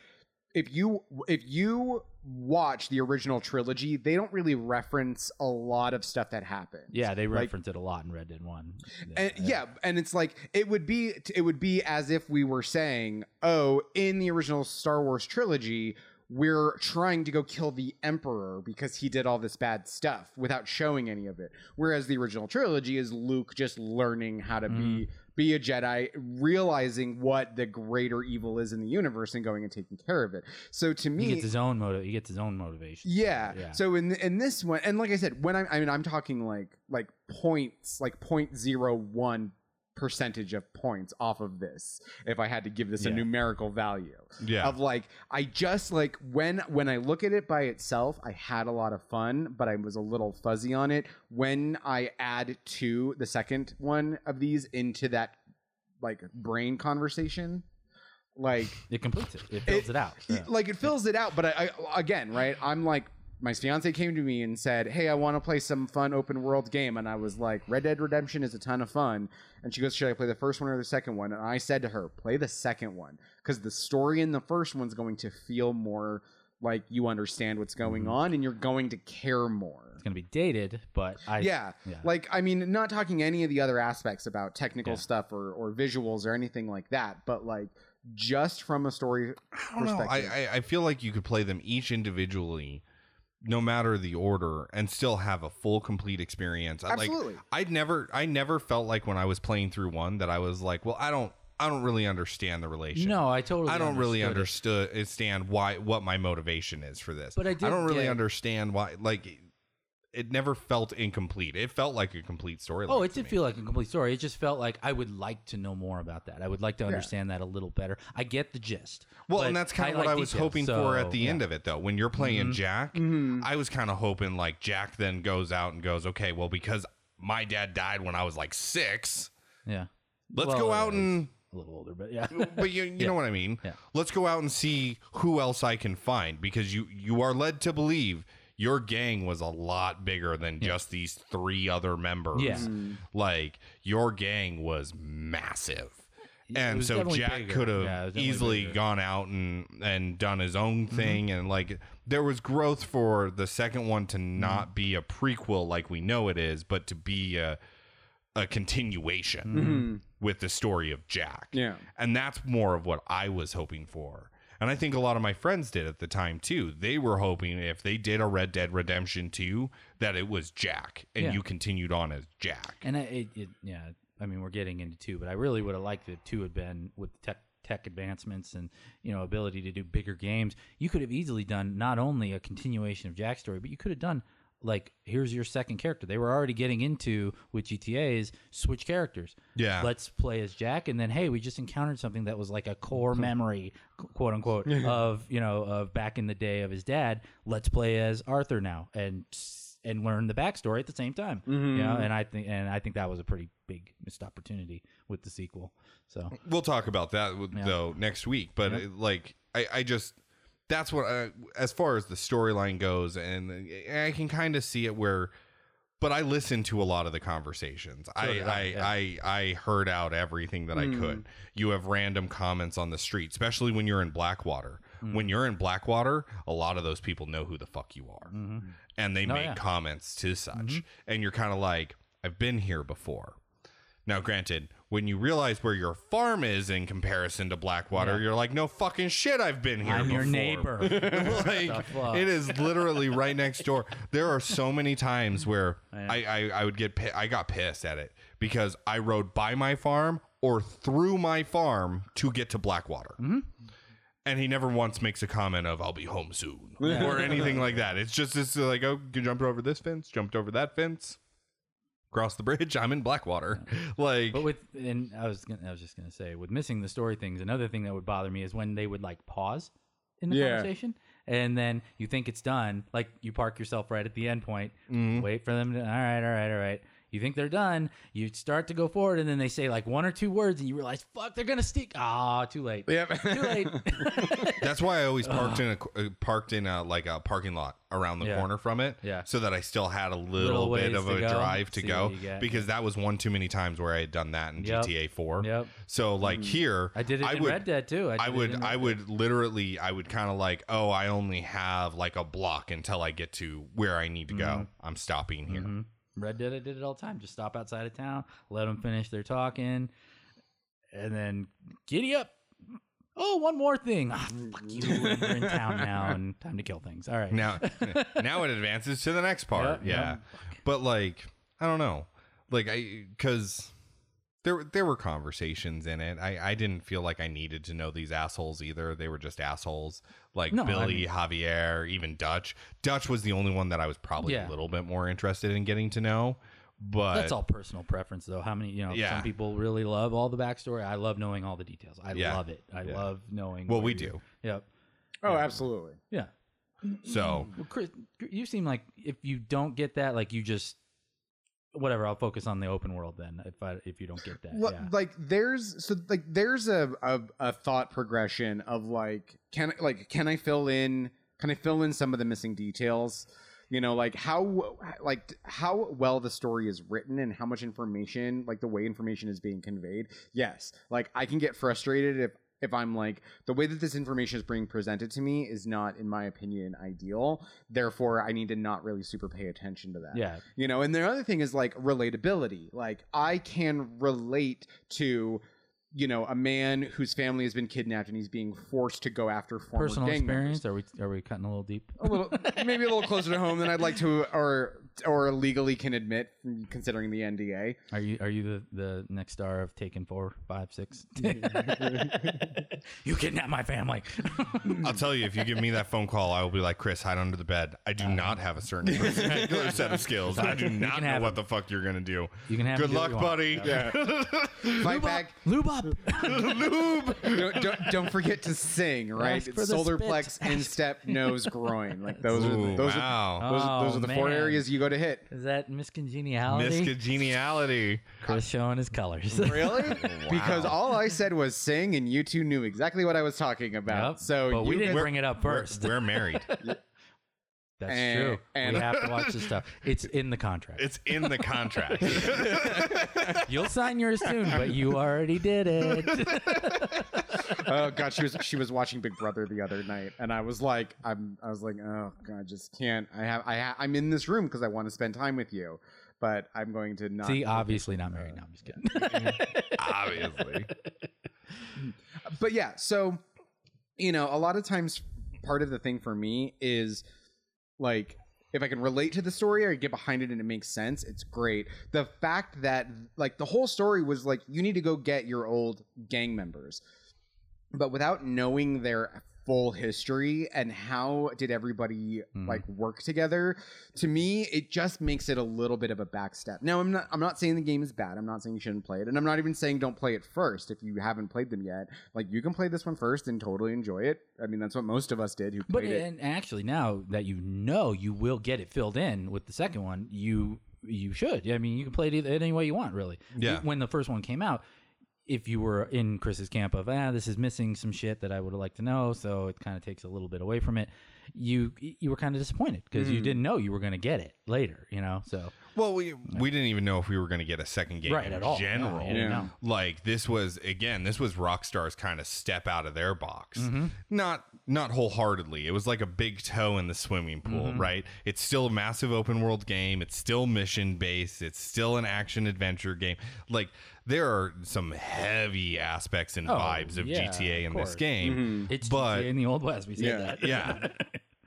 [SPEAKER 1] if you if you watch the original trilogy, they don't really reference a lot of stuff that happened.
[SPEAKER 3] Yeah, they
[SPEAKER 1] Like-
[SPEAKER 3] reference it a lot in Red Dead One.
[SPEAKER 2] Uh,
[SPEAKER 1] and, yeah, and it's like it would be it would be as if we were saying, "Oh, in the original Star Wars trilogy, we're trying to go kill the emperor because he did all this bad stuff without showing any of it." Whereas the original trilogy is Luke just learning how to
[SPEAKER 3] Mm.
[SPEAKER 1] be be a Jedi, realizing what the greater evil is in the universe and going and taking care of it. So to me,
[SPEAKER 3] He gets his own motive. He gets his own motivation.
[SPEAKER 1] yeah.
[SPEAKER 3] Yeah.
[SPEAKER 1] So in in this one, and like I said, when I'm I mean I'm talking like like points, like point zero one percentage of points off of this if I had to give this a
[SPEAKER 3] Yeah.
[SPEAKER 1] numerical value.
[SPEAKER 2] Yeah.
[SPEAKER 1] Of like I just like when when I look at it by itself, I had a lot of fun, but I was a little fuzzy on it. When I add to the second one of these into that like brain conversation, like
[SPEAKER 3] It completes it. It fills it, out. Yeah.
[SPEAKER 1] like it fills it out but I, I again right i'm like my fiance came to me and said hey i want to play some fun open world game and i was like red dead redemption is a ton of fun and she goes should i play the first one or the second one and i said to her play the second one because the story in the first one's going to feel more like you understand what's
[SPEAKER 3] Mm-hmm.
[SPEAKER 1] going on and you're going to care more
[SPEAKER 3] it's gonna be dated, but I
[SPEAKER 1] yeah.
[SPEAKER 3] yeah.
[SPEAKER 1] Like, I mean, not talking any of the other aspects about technical stuff or, or visuals or anything like that, but like just from a story
[SPEAKER 2] I don't know. I,
[SPEAKER 1] perspective.
[SPEAKER 2] I, I feel like you could play them each individually, no matter the order, and still have a full complete experience. I,
[SPEAKER 1] Absolutely.
[SPEAKER 2] Like, I'd never, I never felt like when I was playing through one that I was like, well, I don't, I don't really understand the relation.
[SPEAKER 3] No, I totally.
[SPEAKER 2] I don't really
[SPEAKER 3] understood it.
[SPEAKER 2] understood understand why what my motivation is for this.
[SPEAKER 3] But I did
[SPEAKER 2] don't really
[SPEAKER 3] get-
[SPEAKER 2] understand why. Like, it, never felt incomplete. It felt like a complete storyline.
[SPEAKER 3] Oh, it
[SPEAKER 2] to
[SPEAKER 3] did
[SPEAKER 2] me.
[SPEAKER 3] feel like a complete story. It just felt like I would like to know more about that. I would like to understand that a little better. I get the gist.
[SPEAKER 2] Well,
[SPEAKER 3] but
[SPEAKER 2] and that's kind of what
[SPEAKER 3] like
[SPEAKER 2] I was
[SPEAKER 3] details,
[SPEAKER 2] hoping
[SPEAKER 3] so,
[SPEAKER 2] for at the
[SPEAKER 3] yeah. Mm-hmm.
[SPEAKER 2] end of it, though. When you're playing Jack, I was kind of hoping like Jack then goes out and goes, okay, well, because my dad died when I was like six,
[SPEAKER 3] Yeah.
[SPEAKER 2] let's
[SPEAKER 3] Well,
[SPEAKER 2] go out
[SPEAKER 3] yeah,
[SPEAKER 2] and.
[SPEAKER 3] a little older, but yeah.
[SPEAKER 2] But you, you know what I mean.
[SPEAKER 3] Yeah.
[SPEAKER 2] Let's go out and see who else I can find because you you are led to believe your gang was a lot bigger than just these three other members.
[SPEAKER 3] Yeah.
[SPEAKER 2] Like your gang was massive
[SPEAKER 3] It
[SPEAKER 2] and
[SPEAKER 3] was
[SPEAKER 2] so
[SPEAKER 3] definitely
[SPEAKER 2] Jack
[SPEAKER 3] bigger.
[SPEAKER 2] could have
[SPEAKER 3] Yeah, it was definitely
[SPEAKER 2] easily
[SPEAKER 3] bigger. Mm-hmm.
[SPEAKER 2] gone out and and done his own thing, and like there was growth for the second one to
[SPEAKER 3] Mm-hmm.
[SPEAKER 2] not be a prequel like we know it is, but to be a a continuation with the story of Jack.
[SPEAKER 1] Yeah.
[SPEAKER 2] and that's more of what I was hoping for. And I think a lot of my friends did at the time too. They were hoping if they did a Red Dead Redemption 2 that it was Jack and
[SPEAKER 3] Yeah.
[SPEAKER 2] you continued on as Jack.
[SPEAKER 3] And I, it, it, yeah, I mean, we're getting into two, but I really would have liked if two had been with tech tech advancements and you know ability to do bigger games. You could have easily done not only a continuation of Jack's story, but you could have done like here's your second character. They were already getting into with GTA's switch characters.
[SPEAKER 2] Yeah.
[SPEAKER 3] let's play as Jack, and then hey, we just encountered something that was like a
[SPEAKER 2] Hmm.
[SPEAKER 3] core memory, qu- quote unquote, of you know of back in the day of his dad. Let's play as Arthur now and s- and learn the backstory at the same time.
[SPEAKER 2] Mm-hmm.
[SPEAKER 3] You know, and I think and I think that was a pretty big missed opportunity with the sequel. So
[SPEAKER 2] we'll talk about that with,
[SPEAKER 3] Yeah.
[SPEAKER 2] though next week. But uh, like, I, I just that's what I, as far as the storyline goes, and and I can kind of see it where. But I listened to a lot of the conversations. I
[SPEAKER 3] did I, Hmm.
[SPEAKER 2] I, I I heard out everything that I could. You have random comments on the street, especially when you're in Blackwater.
[SPEAKER 3] Hmm.
[SPEAKER 2] When you're in Blackwater, a lot of those people know who the fuck you are,
[SPEAKER 3] mm-hmm.
[SPEAKER 2] and they make
[SPEAKER 3] yeah. Mm-hmm.
[SPEAKER 2] comments to such. And you're kind of like, I've been here before. Now, granted, when you realize where your farm is in comparison to Blackwater, you're like, no fucking shit, I've been here.
[SPEAKER 3] I'm your
[SPEAKER 2] before."
[SPEAKER 3] neighbor.
[SPEAKER 2] like, it is literally right next door. There are so many times where I, I, I would get pi- I got pissed at it because I rode by my farm or through my farm to get to Blackwater.
[SPEAKER 3] Mm-hmm.
[SPEAKER 2] And he never once makes a comment of "I'll be home soon" or anything like that. It's just it's like, oh, you jumped over this fence, jumped over that fence, crossed the bridge. I'm in Blackwater. Like,
[SPEAKER 3] But with and I was gonna, I was just gonna say with missing the story things, another thing that would bother me is when they would like pause in the
[SPEAKER 1] Yeah.
[SPEAKER 3] conversation, and then you think it's done, like you park yourself right at the end point,
[SPEAKER 2] Mm-hmm.
[SPEAKER 3] wait for them to all right, all right, all right. You think they're done, you start to go forward, and then they say like one or two words, and you realize fuck, they're gonna sneak. Ah, too late.
[SPEAKER 1] Yep.
[SPEAKER 3] Too late.
[SPEAKER 2] That's why I always parked in a uh, parked in a like a parking lot around the
[SPEAKER 3] Yeah.
[SPEAKER 2] corner from it,
[SPEAKER 3] Yeah.
[SPEAKER 2] so that I still had a little,
[SPEAKER 3] Little
[SPEAKER 2] bit
[SPEAKER 3] ways
[SPEAKER 2] of
[SPEAKER 3] to
[SPEAKER 2] a
[SPEAKER 3] go,
[SPEAKER 2] drive to
[SPEAKER 3] see
[SPEAKER 2] go
[SPEAKER 3] what you get.
[SPEAKER 2] because that was one too many times where I had done that in
[SPEAKER 3] Yep.
[SPEAKER 2] GTA Four.
[SPEAKER 3] Yep.
[SPEAKER 2] So like here,
[SPEAKER 3] I did it in
[SPEAKER 2] would,
[SPEAKER 3] Red Dead too.
[SPEAKER 2] I
[SPEAKER 3] did it in
[SPEAKER 2] would
[SPEAKER 3] Red
[SPEAKER 2] I would literally I would kind of like oh I only have like a block until I get to where I need to go.
[SPEAKER 3] Mm-hmm.
[SPEAKER 2] I'm stopping here.
[SPEAKER 3] Red Dead, I did it all the time. Just stop outside of town, let them finish their talking, and then giddy up. Oh, one more thing. Ah, fuck you. We're in town now, and time to kill things. All right.
[SPEAKER 2] now now it advances to the next part
[SPEAKER 3] Yeah,
[SPEAKER 2] yeah,
[SPEAKER 3] yeah.
[SPEAKER 2] but like i don't know like i because there there were conversations in it i i didn't feel like i needed to know these assholes either they were just assholes like
[SPEAKER 3] No, I
[SPEAKER 2] billy javier even dutch dutch was the only one that i was probably
[SPEAKER 3] Yeah.
[SPEAKER 2] a little bit more interested in getting to know But
[SPEAKER 3] That's all personal preference, though. How many, you know,
[SPEAKER 2] Yeah.
[SPEAKER 3] some people really love all the backstory. I love knowing all the details. I
[SPEAKER 2] Yeah.
[SPEAKER 3] love it. I
[SPEAKER 2] Yeah.
[SPEAKER 3] love knowing.
[SPEAKER 2] Well,
[SPEAKER 3] where
[SPEAKER 2] we
[SPEAKER 3] you're-
[SPEAKER 2] do.
[SPEAKER 3] Yep.
[SPEAKER 1] Oh, absolutely.
[SPEAKER 3] Yeah.
[SPEAKER 2] So
[SPEAKER 3] Well, Chris, you seem like if you don't get that, like you just whatever. I'll focus on the open world then. If I if you don't get that,
[SPEAKER 1] Well,
[SPEAKER 3] yeah.
[SPEAKER 1] like there's so like there's a, a a thought progression of like can I like can I fill in can I fill in some of the missing details you know like how like how well the story is written and how much information like the way information is being conveyed yes like I can get frustrated if if I'm like the way that this information is being presented to me is not in my opinion ideal therefore I need to not really super pay attention to that
[SPEAKER 3] yeah,
[SPEAKER 1] you know and the other thing is like relatability like i can relate to you know a man whose family has been kidnapped and he's being forced to go after former
[SPEAKER 3] personal
[SPEAKER 1] gang
[SPEAKER 3] experience.
[SPEAKER 1] members.
[SPEAKER 3] Are we are we cutting a little deep?
[SPEAKER 1] a little maybe a little closer to home than i'd like to or or legally can admit considering the nda
[SPEAKER 3] Are you are you the, the next star of Taken Four, Five, Six? you kidnapped my family.
[SPEAKER 2] I'll tell you, if you give me that phone call, I will be like, Chris, hide under the bed. I do not have a certain particular set of skills. I do not
[SPEAKER 3] Uh-huh. can
[SPEAKER 2] know
[SPEAKER 3] have
[SPEAKER 2] what
[SPEAKER 3] him.
[SPEAKER 2] the fuck you're gonna do.
[SPEAKER 3] You can have
[SPEAKER 2] Good
[SPEAKER 3] him do what
[SPEAKER 2] luck,
[SPEAKER 3] you want.
[SPEAKER 2] buddy.
[SPEAKER 1] fight back
[SPEAKER 3] Lube up.
[SPEAKER 1] don't, don't don't forget to sing right
[SPEAKER 3] for the
[SPEAKER 1] solar
[SPEAKER 3] spit.
[SPEAKER 1] plex instep nose groin like those
[SPEAKER 2] Ooh,
[SPEAKER 1] are those
[SPEAKER 2] wow.
[SPEAKER 1] are those, are- those are the four
[SPEAKER 3] Oh, man.
[SPEAKER 1] areas you go to hit
[SPEAKER 3] Is that miscongeniality?
[SPEAKER 2] Miscongeniality.
[SPEAKER 3] Chris showing his colors.
[SPEAKER 1] Really? Because all I said was sing, and you two knew exactly what I was talking about.
[SPEAKER 3] Yep.
[SPEAKER 1] So
[SPEAKER 3] but
[SPEAKER 1] you
[SPEAKER 3] we didn't
[SPEAKER 1] guys-
[SPEAKER 3] bring it up
[SPEAKER 2] We're-
[SPEAKER 3] 1st
[SPEAKER 2] We're, married.
[SPEAKER 3] That's
[SPEAKER 1] and-
[SPEAKER 3] true.
[SPEAKER 1] and-
[SPEAKER 3] we have to watch this stuff. It's in the contract.
[SPEAKER 2] It's in the contract.
[SPEAKER 3] You'll sign yours soon, but you already did it.
[SPEAKER 1] oh god, she was she was watching Big Brother the other night, and I was like, I'm I was like, oh god, I just can't. I have I ha- I'm in this room because I want to spend time with you, but I'm going to not.
[SPEAKER 3] See, obviously not married. No, I'm just kidding.
[SPEAKER 2] Obviously.
[SPEAKER 1] but yeah, so you know, a lot of times part of the thing for me is like if I can relate to the story or get behind it and it makes sense, it's great. The fact that like the whole story was like you need to go get your old gang members. But without knowing their full history and how did everybody
[SPEAKER 3] Mhm.
[SPEAKER 1] like work together, to me it just makes it a little bit of a backstep. Now I'm not I'm not saying the game is bad. I'm not saying you shouldn't play it. And I'm not even saying don't play it first if you haven't played them yet. Like you can play this one first and totally enjoy it. I mean that's what most of us did who
[SPEAKER 3] But
[SPEAKER 1] played it.
[SPEAKER 3] and actually, now that you know you will get it filled in with the second one, you you should. I mean, you can play it either, any way you want, really.
[SPEAKER 2] Yeah.
[SPEAKER 3] When the first one came out, if you were in Chris's camp of ah, this is missing some shit that I would have liked to know, so it kind of takes a little bit away from it. You you were kind of disappointed because
[SPEAKER 2] Mm.
[SPEAKER 3] you didn't know you were going to get it later. You know, so
[SPEAKER 2] Well, we, we didn't even know if we were going to get a second game
[SPEAKER 3] Right,
[SPEAKER 2] in
[SPEAKER 3] at all. No,
[SPEAKER 2] general.
[SPEAKER 3] you didn't know.
[SPEAKER 2] Like this was again, this was Rockstar's kind of step out of their box.
[SPEAKER 3] Mm-hmm.
[SPEAKER 2] Not not wholeheartedly. It was like a big toe in the swimming pool,
[SPEAKER 3] Mm-hmm.
[SPEAKER 2] right? It's still a massive open world game. It's still mission based. It's still an action adventure game. Like there are some heavy aspects and
[SPEAKER 3] Oh,
[SPEAKER 2] vibes of
[SPEAKER 3] yeah,
[SPEAKER 2] GTA
[SPEAKER 3] of
[SPEAKER 2] in this
[SPEAKER 3] course. Mm-hmm.
[SPEAKER 2] game.
[SPEAKER 1] Mm-hmm.
[SPEAKER 3] it's
[SPEAKER 2] But-
[SPEAKER 3] GTA in the old west. We said
[SPEAKER 1] Yeah.
[SPEAKER 3] that.
[SPEAKER 2] yeah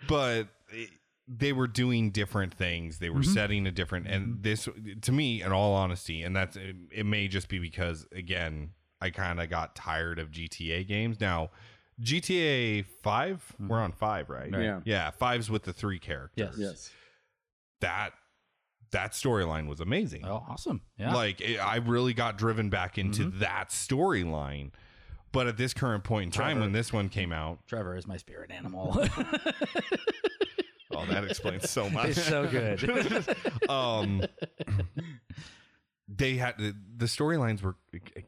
[SPEAKER 2] but it- they were doing different things they were
[SPEAKER 3] Mm-hmm.
[SPEAKER 2] setting a different and this to me in all honesty and that's it, it may just be because again i kind of got tired of gta games now gta 5
[SPEAKER 3] Mm.
[SPEAKER 2] we're on 5 right
[SPEAKER 1] Right. Yeah.
[SPEAKER 2] yeah 5's with the three characters
[SPEAKER 3] Yes.
[SPEAKER 1] yes.
[SPEAKER 2] that that storyline was amazing
[SPEAKER 3] Oh, awesome. Yeah. Mm-hmm.
[SPEAKER 2] like it, i really got driven back into that storyline but at this current point in time when this one came out
[SPEAKER 3] Trevor is my spirit animal.
[SPEAKER 2] oh that explains so much
[SPEAKER 3] it's so good.
[SPEAKER 2] um they had the, the storylines were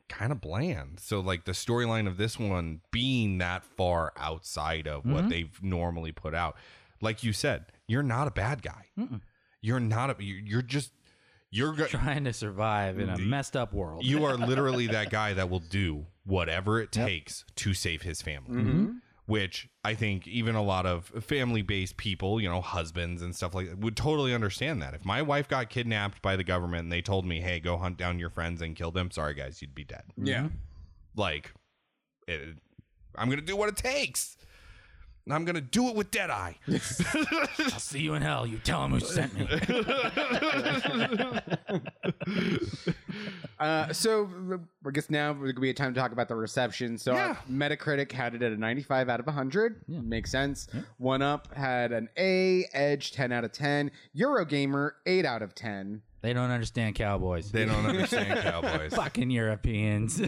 [SPEAKER 2] kind of bland so like the storyline of this one being that far outside of what they've normally put out like you said you're not a bad guy you're not a you're, you're just you're go-
[SPEAKER 3] Trying to survive in a messed up world.
[SPEAKER 2] you are literally that guy that will do whatever it takes to save his family
[SPEAKER 1] Mm-hmm.
[SPEAKER 2] which i think even a lot of family-based people you know husbands and stuff like that would totally understand that if my wife got kidnapped by the government and they told me hey go hunt down your friends and kill them sorry guys you'd be dead
[SPEAKER 1] Yeah.
[SPEAKER 2] like it, i'm gonna do what it takes And i'm gonna do it with dead eye
[SPEAKER 3] I'll see you in hell. You tell him who sent me.
[SPEAKER 1] Uh, so I guess now would be a time to talk about the reception. So
[SPEAKER 2] Yeah.
[SPEAKER 1] Metacritic had it at a 95 out of 100. Makes sense. One Up had an A. Edge 10 out of 10. Eurogamer 8 out of 10.
[SPEAKER 3] They don't understand cowboys.
[SPEAKER 2] They don't understand cowboys.
[SPEAKER 3] fucking Europeans.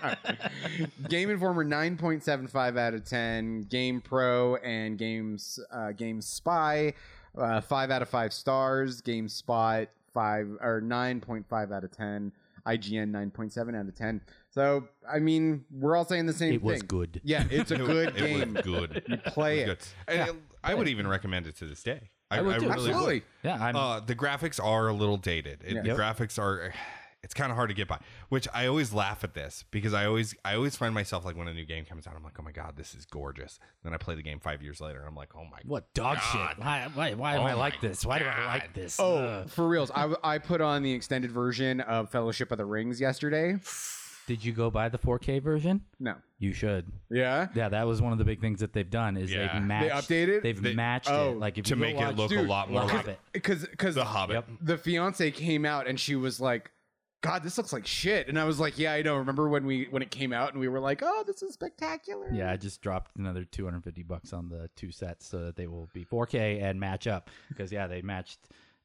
[SPEAKER 1] Game Informer 9.75 out of 10. Game Pro and Games uh, Game Spy uh, 5 out of 5 stars. Game Spot 5 or 9.5 out of 10. IGN 9.7 out of 10. So, I mean, we're all saying the same
[SPEAKER 3] It
[SPEAKER 1] thing.
[SPEAKER 3] was good.
[SPEAKER 1] Yeah, it's a
[SPEAKER 2] It wa-
[SPEAKER 1] good
[SPEAKER 2] it was
[SPEAKER 1] game.
[SPEAKER 2] good.
[SPEAKER 1] You play
[SPEAKER 2] It was
[SPEAKER 1] it.
[SPEAKER 2] good. And it- I would even recommend it to this day. I,
[SPEAKER 3] would
[SPEAKER 2] I
[SPEAKER 3] too.
[SPEAKER 2] really
[SPEAKER 1] Absolutely.
[SPEAKER 2] would.
[SPEAKER 3] yeah, I'm,
[SPEAKER 2] Uh, the graphics are a little dated. It,
[SPEAKER 1] Yeah.
[SPEAKER 2] The
[SPEAKER 1] Yep.
[SPEAKER 2] graphics are. It's kind of hard to get by, which I always laugh at this because I always I always find myself like when a new game comes out, I'm like, oh my god, this is gorgeous. Then I play the game five years later, and I'm like, oh my
[SPEAKER 3] what dog
[SPEAKER 2] God.
[SPEAKER 3] shit? Why, why, why am
[SPEAKER 2] Oh
[SPEAKER 3] I like
[SPEAKER 2] my
[SPEAKER 3] this? Why do I like
[SPEAKER 2] God.
[SPEAKER 3] this?
[SPEAKER 1] Oh,
[SPEAKER 3] Ugh.
[SPEAKER 1] for reals. I, I put on the extended version of Fellowship of the Rings yesterday.
[SPEAKER 3] Did you go buy the 4K version?
[SPEAKER 1] No.
[SPEAKER 3] You should.
[SPEAKER 1] Yeah.
[SPEAKER 3] Yeah, that was one of the big things that they've done is
[SPEAKER 2] Yeah.
[SPEAKER 3] they've
[SPEAKER 2] They
[SPEAKER 3] matched.
[SPEAKER 1] updated?
[SPEAKER 3] They've
[SPEAKER 2] They-
[SPEAKER 3] matched
[SPEAKER 1] Oh.
[SPEAKER 3] it like if
[SPEAKER 2] to
[SPEAKER 3] you go
[SPEAKER 2] make it
[SPEAKER 3] watch-
[SPEAKER 2] look
[SPEAKER 1] dude,
[SPEAKER 2] a lot more
[SPEAKER 3] look
[SPEAKER 2] like
[SPEAKER 3] at it.
[SPEAKER 1] Because because
[SPEAKER 2] The Hobbit.
[SPEAKER 3] Yep.
[SPEAKER 1] the fiance came out and she was like god this looks like shit and i was like yeah i know remember when we when it came out and we were like oh this is spectacular
[SPEAKER 3] Yeah, I just dropped another 250 bucks on the two sets so that they will be 4K and match up because yeah, they matched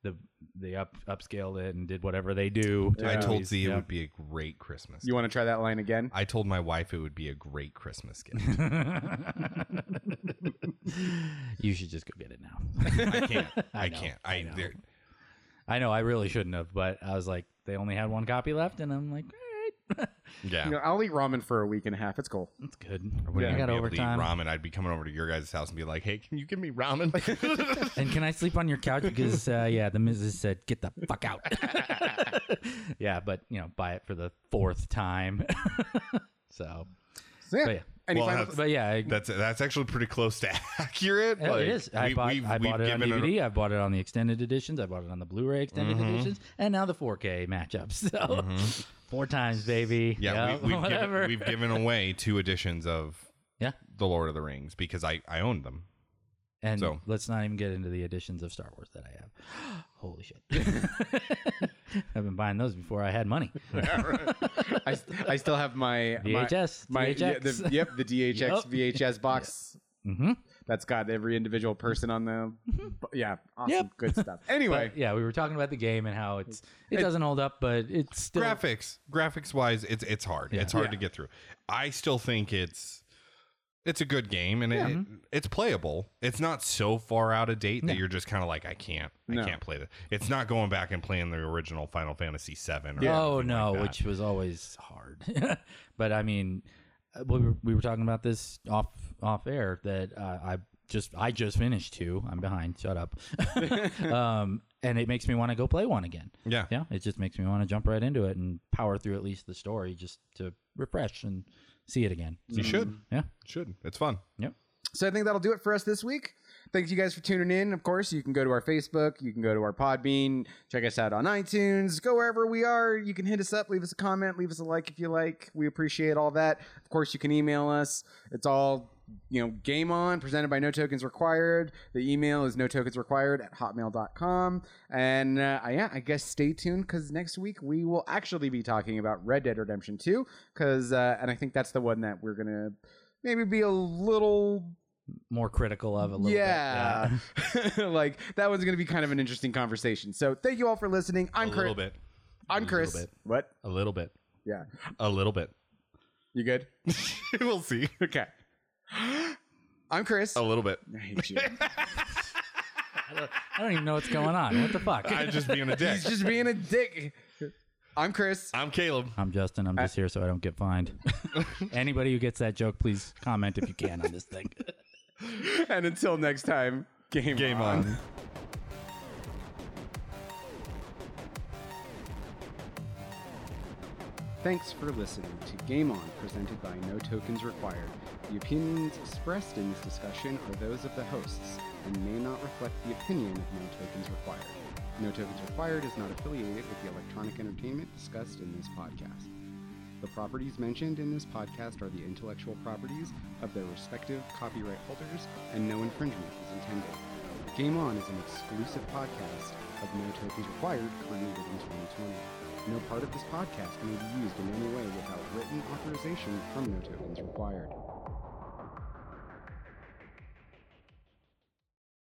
[SPEAKER 3] the they up upscaled it and did whatever they do. to
[SPEAKER 2] I
[SPEAKER 3] the
[SPEAKER 2] told
[SPEAKER 3] movies.
[SPEAKER 2] Z it
[SPEAKER 3] Yeah.
[SPEAKER 2] would be a great Christmas.
[SPEAKER 1] you want to try that line again
[SPEAKER 2] I told my wife it would be a great Christmas gift.
[SPEAKER 3] you should just go get it now.
[SPEAKER 2] I can't. I,
[SPEAKER 3] know,
[SPEAKER 2] can't.
[SPEAKER 3] I
[SPEAKER 2] I,
[SPEAKER 3] know.
[SPEAKER 2] there
[SPEAKER 3] I know I really shouldn't have, but I was like, they only had one copy left, and I'm like, all right,
[SPEAKER 2] yeah.
[SPEAKER 1] you know, i'll eat ramen for a week and a half it's cool
[SPEAKER 3] that's good.
[SPEAKER 2] wouldn't
[SPEAKER 3] I
[SPEAKER 2] even
[SPEAKER 3] got
[SPEAKER 2] be able to eat
[SPEAKER 3] overtime.
[SPEAKER 2] ramen. I'd be coming over to your guys' house and be like, "Hey, can you give me ramen?"
[SPEAKER 3] And can I sleep on your couch? Because uh, yeah, the missus said, "Get the fuck out." yeah, but you know, buy it for the fourth time. so,
[SPEAKER 1] so yeah,
[SPEAKER 3] but yeah,
[SPEAKER 1] Any
[SPEAKER 2] Well,
[SPEAKER 1] final-
[SPEAKER 2] that's-
[SPEAKER 3] but yeah, I,
[SPEAKER 2] that's that's actually pretty close to accurate.
[SPEAKER 3] Yeah,
[SPEAKER 2] like,
[SPEAKER 3] it is. I
[SPEAKER 2] we-
[SPEAKER 3] bought,
[SPEAKER 2] we've-
[SPEAKER 3] I
[SPEAKER 2] we've
[SPEAKER 3] bought it on
[SPEAKER 2] given
[SPEAKER 3] DVD. I bought it on the extended editions. I bought it on the Blu-ray extended
[SPEAKER 2] Mm-hmm.
[SPEAKER 3] editions, and now the 4K matchups. So four times, baby.
[SPEAKER 2] Yeah, we, we've,
[SPEAKER 3] whatever.
[SPEAKER 2] given, we've given away two editions of
[SPEAKER 3] yeah,
[SPEAKER 2] The Lord of the Rings because I I owned them.
[SPEAKER 3] and
[SPEAKER 2] So-
[SPEAKER 3] let's not even get into the editions of Star Wars that I have. Holy shit! I've been buying those before I had money.
[SPEAKER 1] I, st- I still have my my-
[SPEAKER 3] VHS,
[SPEAKER 1] my, yeah,
[SPEAKER 3] DHX.
[SPEAKER 1] the, yep the dhx
[SPEAKER 3] Yup.
[SPEAKER 1] vhs box
[SPEAKER 3] hmm
[SPEAKER 1] that's got every individual person on the bu- yeah awesome
[SPEAKER 3] Yep.
[SPEAKER 1] good stuff anyway
[SPEAKER 3] But yeah, we were talking about the game and how it's it, doesn't hold up, but it's still
[SPEAKER 2] graphics graphics wise, it's it's hard. It's hard to get through. I still think it's it's a good game and it, it's playable. It's not so far out of date that you're just kind of like I can't
[SPEAKER 1] No.
[SPEAKER 2] I can't play this. It's not going back and playing the original Final Fantasy 7
[SPEAKER 3] Oh
[SPEAKER 2] or anything like
[SPEAKER 3] no,
[SPEAKER 2] that.
[SPEAKER 3] which was always hard. but I mean, uh, we were, we were talking about this off off air that uh, I just I just finished two. I'm behind. Shut up. um, and it makes me want to go play one again.
[SPEAKER 2] yeah.
[SPEAKER 3] Yeah, it just makes me want to jump right into it and power through at least the story just to refresh and see it again.
[SPEAKER 2] You should.
[SPEAKER 3] Yeah.
[SPEAKER 2] Should. It's fun.
[SPEAKER 3] Yep.
[SPEAKER 1] So I think that'll do it for us this week. Thank you guys for tuning in. Of course, you can go to our Facebook, you can go to our Podbean, check us out on iTunes, go wherever we are. You can hit us up, leave us a comment, leave us a like if you like. We appreciate all that. Of course, you can email us. It's all you know, game on, presented by No Tokens Required. The email is no tokens required at hotmail.com. And uh, yeah, I guess stay tuned because next week we will actually be talking about Red Dead Redemption 2. Because, uh, and I think that's the one that we're going to maybe be a little
[SPEAKER 3] More critical of a little
[SPEAKER 1] yeah.
[SPEAKER 3] bit. Yeah.
[SPEAKER 1] like that one's going to be kind of an interesting conversation. So thank you all for listening. I'm
[SPEAKER 2] A little
[SPEAKER 1] Chris.
[SPEAKER 2] bit.
[SPEAKER 1] I'm Chris.
[SPEAKER 3] bit.
[SPEAKER 1] What?
[SPEAKER 2] A little bit.
[SPEAKER 1] Yeah.
[SPEAKER 2] A little bit.
[SPEAKER 1] You good?
[SPEAKER 2] we'll see.
[SPEAKER 1] Okay. I'm Chris.
[SPEAKER 2] A little bit.
[SPEAKER 1] I hate you.
[SPEAKER 3] I don't even know what's going on. What the fuck?
[SPEAKER 2] I'm just being a dick.
[SPEAKER 1] He's just being a dick. I'm Chris.
[SPEAKER 2] I'm Caleb.
[SPEAKER 3] I'm Justin. I'm just here so I don't get fined. Anybody who gets that joke, please comment if you can on this thing.
[SPEAKER 1] And until next time, game,
[SPEAKER 2] Game on.
[SPEAKER 1] Thanks for listening to Game On, presented by No Tokens Required. The opinions expressed in this discussion are those of the hosts and may not reflect the opinion of No Tokens Required. No Tokens Required is not affiliated with the electronic entertainment discussed in this podcast. The properties mentioned in this podcast are the intellectual properties of their respective copyright holders, and no infringement is intended. Game On is an exclusive podcast of No Tokens Required, created in 2020. No part of this podcast may be used in any way without written authorization from No Tokens Required.